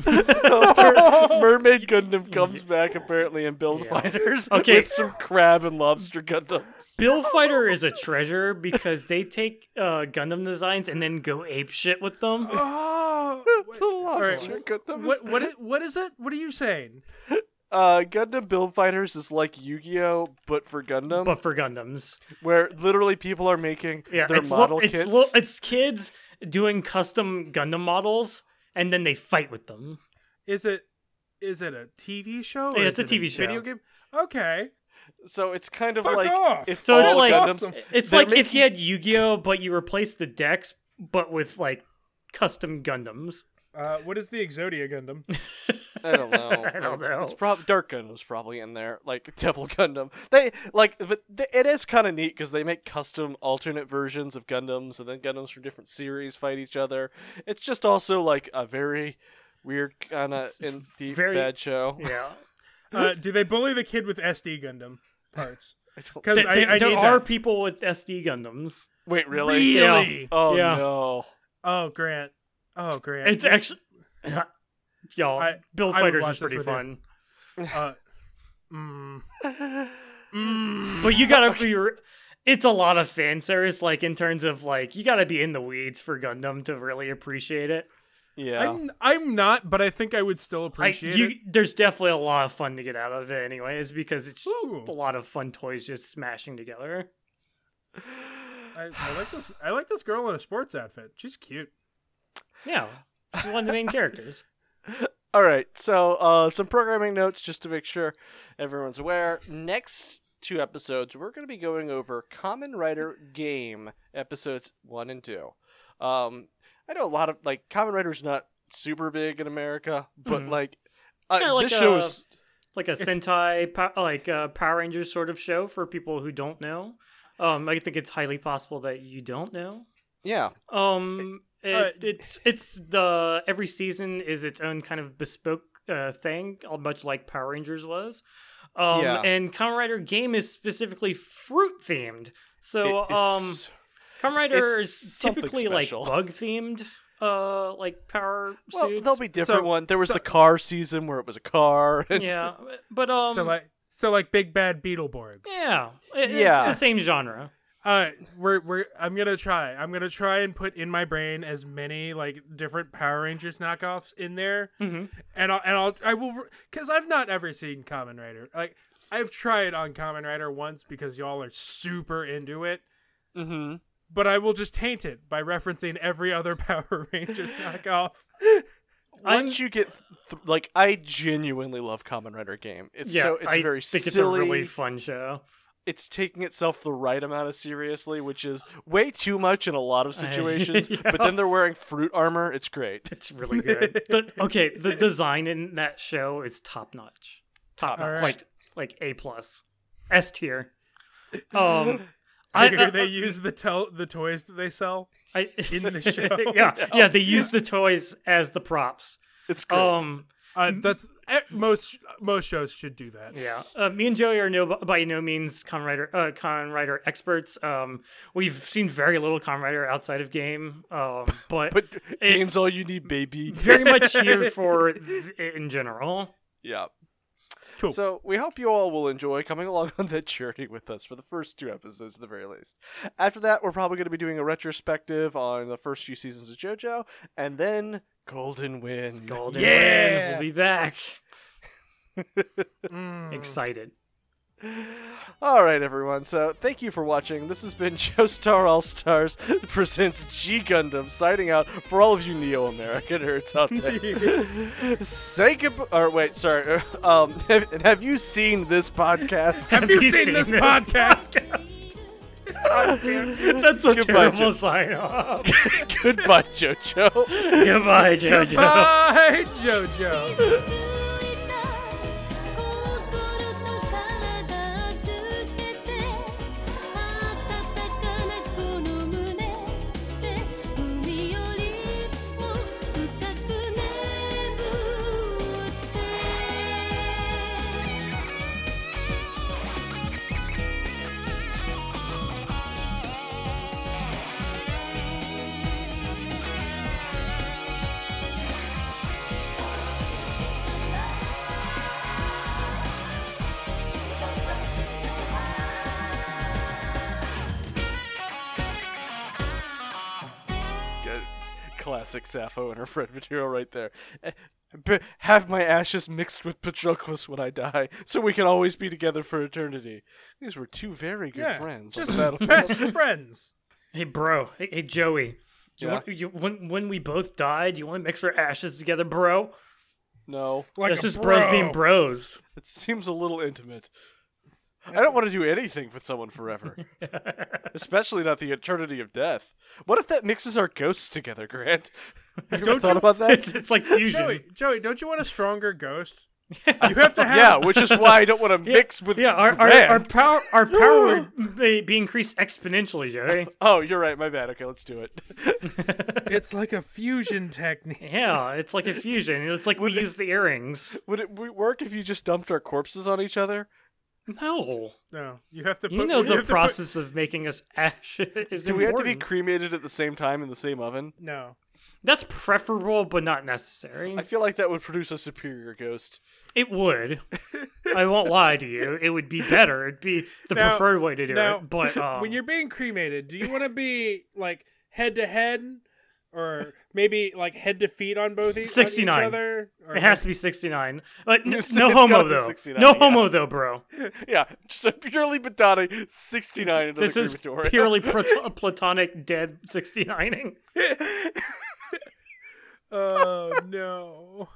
[SPEAKER 1] Mer- Mermaid Gundam comes back apparently in Build
[SPEAKER 2] Yeah.
[SPEAKER 1] Fighters
[SPEAKER 2] Okay.
[SPEAKER 1] with some crab and lobster Gundams.
[SPEAKER 2] Bill Fighter is a treasure because they take uh, Gundam designs and then go ape shit with them.
[SPEAKER 3] oh, wait,
[SPEAKER 1] the
[SPEAKER 3] all right,
[SPEAKER 1] lobster Gundam. is-
[SPEAKER 3] What what is, what is it? What are you saying?
[SPEAKER 1] Uh, Gundam Build Fighters is like Yu-Gi-Oh, but for Gundam,
[SPEAKER 2] But for Gundams,
[SPEAKER 1] where literally people are making
[SPEAKER 2] yeah,
[SPEAKER 1] their
[SPEAKER 2] it's lo-
[SPEAKER 1] model
[SPEAKER 2] it's
[SPEAKER 1] kits.
[SPEAKER 2] lo- it's kids doing custom Gundam models, and then they fight with them.
[SPEAKER 3] Is it is it a TV show? or
[SPEAKER 2] Yeah,
[SPEAKER 3] is
[SPEAKER 2] it's a
[SPEAKER 3] it
[SPEAKER 2] TV show.
[SPEAKER 3] Video game. Okay.
[SPEAKER 1] so it's kind of
[SPEAKER 3] Fuck
[SPEAKER 1] like
[SPEAKER 3] off.
[SPEAKER 1] if
[SPEAKER 2] So
[SPEAKER 1] all
[SPEAKER 2] it's like
[SPEAKER 1] Gundams.
[SPEAKER 3] awesome.
[SPEAKER 2] it's
[SPEAKER 1] They're
[SPEAKER 2] like if you had Yu-Gi-Oh, but you replace the decks, but with like custom Gundams.
[SPEAKER 3] Uh, what is the Exodia Gundam?
[SPEAKER 1] I don't know.
[SPEAKER 2] I don't know.
[SPEAKER 1] It's prob Dark Gundam's probably in there, like Devil Gundam. They like, but th- it is kind of neat because they make custom alternate versions of Gundams, and then Gundams from different series fight each other. It's just also like a very weird kind of in deep
[SPEAKER 2] very-
[SPEAKER 1] bad show.
[SPEAKER 2] Yeah.
[SPEAKER 3] Uh, do they bully the kid with SD Gundam parts?
[SPEAKER 1] I don't-
[SPEAKER 3] Because
[SPEAKER 2] Th- th-
[SPEAKER 3] I, I
[SPEAKER 2] there
[SPEAKER 3] need
[SPEAKER 2] are
[SPEAKER 3] that.
[SPEAKER 2] people with SD Gundams.
[SPEAKER 1] Wait, really?
[SPEAKER 2] Really?
[SPEAKER 1] Oh
[SPEAKER 2] Yeah.
[SPEAKER 1] no.
[SPEAKER 3] Oh, Grant. Oh, Grant.
[SPEAKER 2] It's actually, y'all,
[SPEAKER 3] I-
[SPEAKER 2] Build
[SPEAKER 3] I would
[SPEAKER 2] Fighters
[SPEAKER 3] watch
[SPEAKER 2] is
[SPEAKER 3] this
[SPEAKER 2] pretty
[SPEAKER 3] with you.
[SPEAKER 2] fun.
[SPEAKER 3] uh, mm,
[SPEAKER 2] But you gotta be. re- It's a lot of fan service, like in terms of like you gotta be in the weeds for Gundam to really appreciate it.
[SPEAKER 1] Yeah.
[SPEAKER 3] I'm I'm not, but I think I would still
[SPEAKER 2] Like
[SPEAKER 3] appreciate
[SPEAKER 2] you,
[SPEAKER 3] it.
[SPEAKER 2] there's definitely a lot of fun to get out of it, anyways, because it's
[SPEAKER 3] Ooh.
[SPEAKER 2] a lot of fun toys just smashing together.
[SPEAKER 3] I, I like this. I like this girl in a sports outfit. She's cute.
[SPEAKER 2] Yeah, she's one of the main characters.
[SPEAKER 1] All right, so uh, some programming notes just to make sure everyone's aware. Next two episodes, we're going to be going over Common Writer Game episodes one and two. Um, I know a lot of like Common Writer's not super big in America, but
[SPEAKER 2] Mhm.
[SPEAKER 1] like uh,
[SPEAKER 2] kinda like
[SPEAKER 1] this show
[SPEAKER 2] a-
[SPEAKER 1] is
[SPEAKER 2] Like a Sentai, po- like a Power Rangers sort of show for people who don't know. Um, I think it's highly possible that you don't know.
[SPEAKER 1] yeah
[SPEAKER 2] Um, it,
[SPEAKER 3] uh,
[SPEAKER 2] it's it's the every season is its own kind of bespoke uh, thing, all much like Power Rangers was. Um,
[SPEAKER 1] Yeah.
[SPEAKER 2] and Kamen Rider game is specifically fruit themed. So,
[SPEAKER 1] It-
[SPEAKER 2] um,
[SPEAKER 1] it's-
[SPEAKER 2] Kamen Rider
[SPEAKER 1] it's
[SPEAKER 2] is
[SPEAKER 1] something
[SPEAKER 2] typically like
[SPEAKER 1] special.
[SPEAKER 2] bug themed, uh, like power
[SPEAKER 1] well,
[SPEAKER 2] suits.
[SPEAKER 1] there'll be different
[SPEAKER 3] so-
[SPEAKER 1] one. There was
[SPEAKER 3] so-
[SPEAKER 1] the car season where it was a car. And
[SPEAKER 2] yeah, but um,
[SPEAKER 3] so like so like big bad Beetleborgs.
[SPEAKER 2] yeah, it-
[SPEAKER 1] Yeah.
[SPEAKER 2] it's the same genre.
[SPEAKER 3] Uh, we're we're I'm gonna try. I'm gonna try and put in my brain as many like different Power Rangers knockoffs in there,
[SPEAKER 2] Mhm.
[SPEAKER 3] and I'll and I'll I will because I've not ever seen Common Rider. Like I've tried on Common Rider once because y'all are super into it,
[SPEAKER 1] hmm
[SPEAKER 3] but I will just taint it by referencing every other Power Rangers knockoff.
[SPEAKER 2] I'm-
[SPEAKER 1] Once you get th- like, I genuinely love Common Writer Game. It's
[SPEAKER 2] Yeah,
[SPEAKER 1] so it's
[SPEAKER 2] I
[SPEAKER 1] very
[SPEAKER 2] think
[SPEAKER 1] silly.
[SPEAKER 2] it's a really fun show.
[SPEAKER 1] it's taking itself the right amount of seriously, which is way too much in a lot of situations.
[SPEAKER 2] yeah.
[SPEAKER 1] But then they're wearing fruit armor. It's great.
[SPEAKER 2] It's really good. the, okay, the design in that show is top notch. Top notch.
[SPEAKER 3] Alright.
[SPEAKER 2] Like like A plus. S tier. Um I,
[SPEAKER 3] Here
[SPEAKER 2] I,
[SPEAKER 3] they use the to- the toys that they sell
[SPEAKER 2] I-
[SPEAKER 3] in the show.
[SPEAKER 2] yeah, yeah, they use the toys as the props.
[SPEAKER 1] It's great.
[SPEAKER 2] Um
[SPEAKER 3] uh, that's eh, most most shows should do that.
[SPEAKER 2] yeah. Uh, me and Joey are no by no means con writer uh con writer experts. Um we've seen very little con writer outside of game. Um but,
[SPEAKER 1] but game's all you need, baby.
[SPEAKER 2] very much here for th- in general.
[SPEAKER 1] yeah.
[SPEAKER 3] Cool.
[SPEAKER 1] So we hope you all will enjoy coming along on that journey with us for the first two episodes, at the very least. After that, we're probably going to be doing a retrospective on the first few seasons of JoJo, and then Golden Wind.
[SPEAKER 2] Golden
[SPEAKER 3] Yeah!
[SPEAKER 2] Wind will be back.
[SPEAKER 3] Mm.
[SPEAKER 2] Excited.
[SPEAKER 1] All right, everyone. So thank you for watching. This has been Joe Star All Stars presents G Gundam. Signing out for all of you Neo American nerds out there. Say goodbye. Or wait, sorry. Um, have, and have you seen this podcast?
[SPEAKER 3] Have you seen this podcast?
[SPEAKER 2] That's a
[SPEAKER 1] Goodbye,
[SPEAKER 2] terrible
[SPEAKER 1] Jo-
[SPEAKER 2] sign off.
[SPEAKER 1] goodbye, JoJo.
[SPEAKER 2] Goodbye, JoJo. Oh
[SPEAKER 3] Bye, JoJo.
[SPEAKER 7] 傷ついた「心と体つけて」「暖かなこの胸で海よりも深く眠って」
[SPEAKER 1] Good. Classic Sappho and her friend material right there. Eh, b- have my ashes mixed with Patroclus when I die, so we can always be together for eternity. These were two very good
[SPEAKER 3] Yeah,
[SPEAKER 1] friends.
[SPEAKER 3] just
[SPEAKER 1] on the battlefield.
[SPEAKER 3] best friends.
[SPEAKER 2] Hey, bro. Hey, hey Joey. You
[SPEAKER 1] Yeah.
[SPEAKER 2] want, you, when, when we both died, you want to mix our ashes together, bro?
[SPEAKER 1] No,
[SPEAKER 3] Like
[SPEAKER 2] That's
[SPEAKER 3] a
[SPEAKER 2] just bros
[SPEAKER 3] bro.
[SPEAKER 2] being bros.
[SPEAKER 1] it seems a little intimate. I don't want to do anything with someone forever, especially not the eternity of death. What if that mixes our ghosts together, Grant? Have you ever
[SPEAKER 3] Don't
[SPEAKER 1] thought
[SPEAKER 3] you-
[SPEAKER 1] about that?
[SPEAKER 2] It's, it's like fusion.
[SPEAKER 3] Joey, Joey, don't you want a stronger ghost? You have to have.
[SPEAKER 1] yeah, which is why I don't want to
[SPEAKER 2] Yeah,
[SPEAKER 1] mix with
[SPEAKER 2] yeah, our our,
[SPEAKER 1] Rand.
[SPEAKER 2] our power our power would be, be increased exponentially, Joey.
[SPEAKER 1] Oh, you're right. My bad. Okay, let's do it.
[SPEAKER 3] It's like a fusion technique.
[SPEAKER 2] Yeah, it's like a fusion. It's like we use the earrings.
[SPEAKER 1] Would it w- work if you just dumped our corpses on each other?
[SPEAKER 2] No,
[SPEAKER 3] No, you have to. Put,
[SPEAKER 2] you know the
[SPEAKER 3] have to put-
[SPEAKER 2] process of making us ash is
[SPEAKER 1] Do we have to be
[SPEAKER 2] important.
[SPEAKER 1] cremated at the same time in the same oven?
[SPEAKER 3] no.
[SPEAKER 2] That's preferable, but not necessary.
[SPEAKER 1] I feel like that would produce a superior ghost.
[SPEAKER 2] It would. I won't lie to you. It would be better. It'd be the
[SPEAKER 3] Now-
[SPEAKER 2] preferred way to do
[SPEAKER 3] now,
[SPEAKER 2] it. But um,
[SPEAKER 3] when you're being cremated, do you want to be like head to head, or maybe like head to feet on both e- on each
[SPEAKER 2] 69.
[SPEAKER 3] other? Or
[SPEAKER 2] it has to be 69. But n-
[SPEAKER 1] It's-
[SPEAKER 2] no
[SPEAKER 1] it's gotta
[SPEAKER 2] homo
[SPEAKER 1] be
[SPEAKER 2] though.
[SPEAKER 1] 69,
[SPEAKER 2] No
[SPEAKER 1] yeah.
[SPEAKER 2] homo though, bro.
[SPEAKER 1] Yeah, just a purely Madonna 69 into
[SPEAKER 2] This
[SPEAKER 1] the
[SPEAKER 2] is
[SPEAKER 1] crematorium.
[SPEAKER 2] purely plat- platonic dead 69ing.
[SPEAKER 3] Oh no.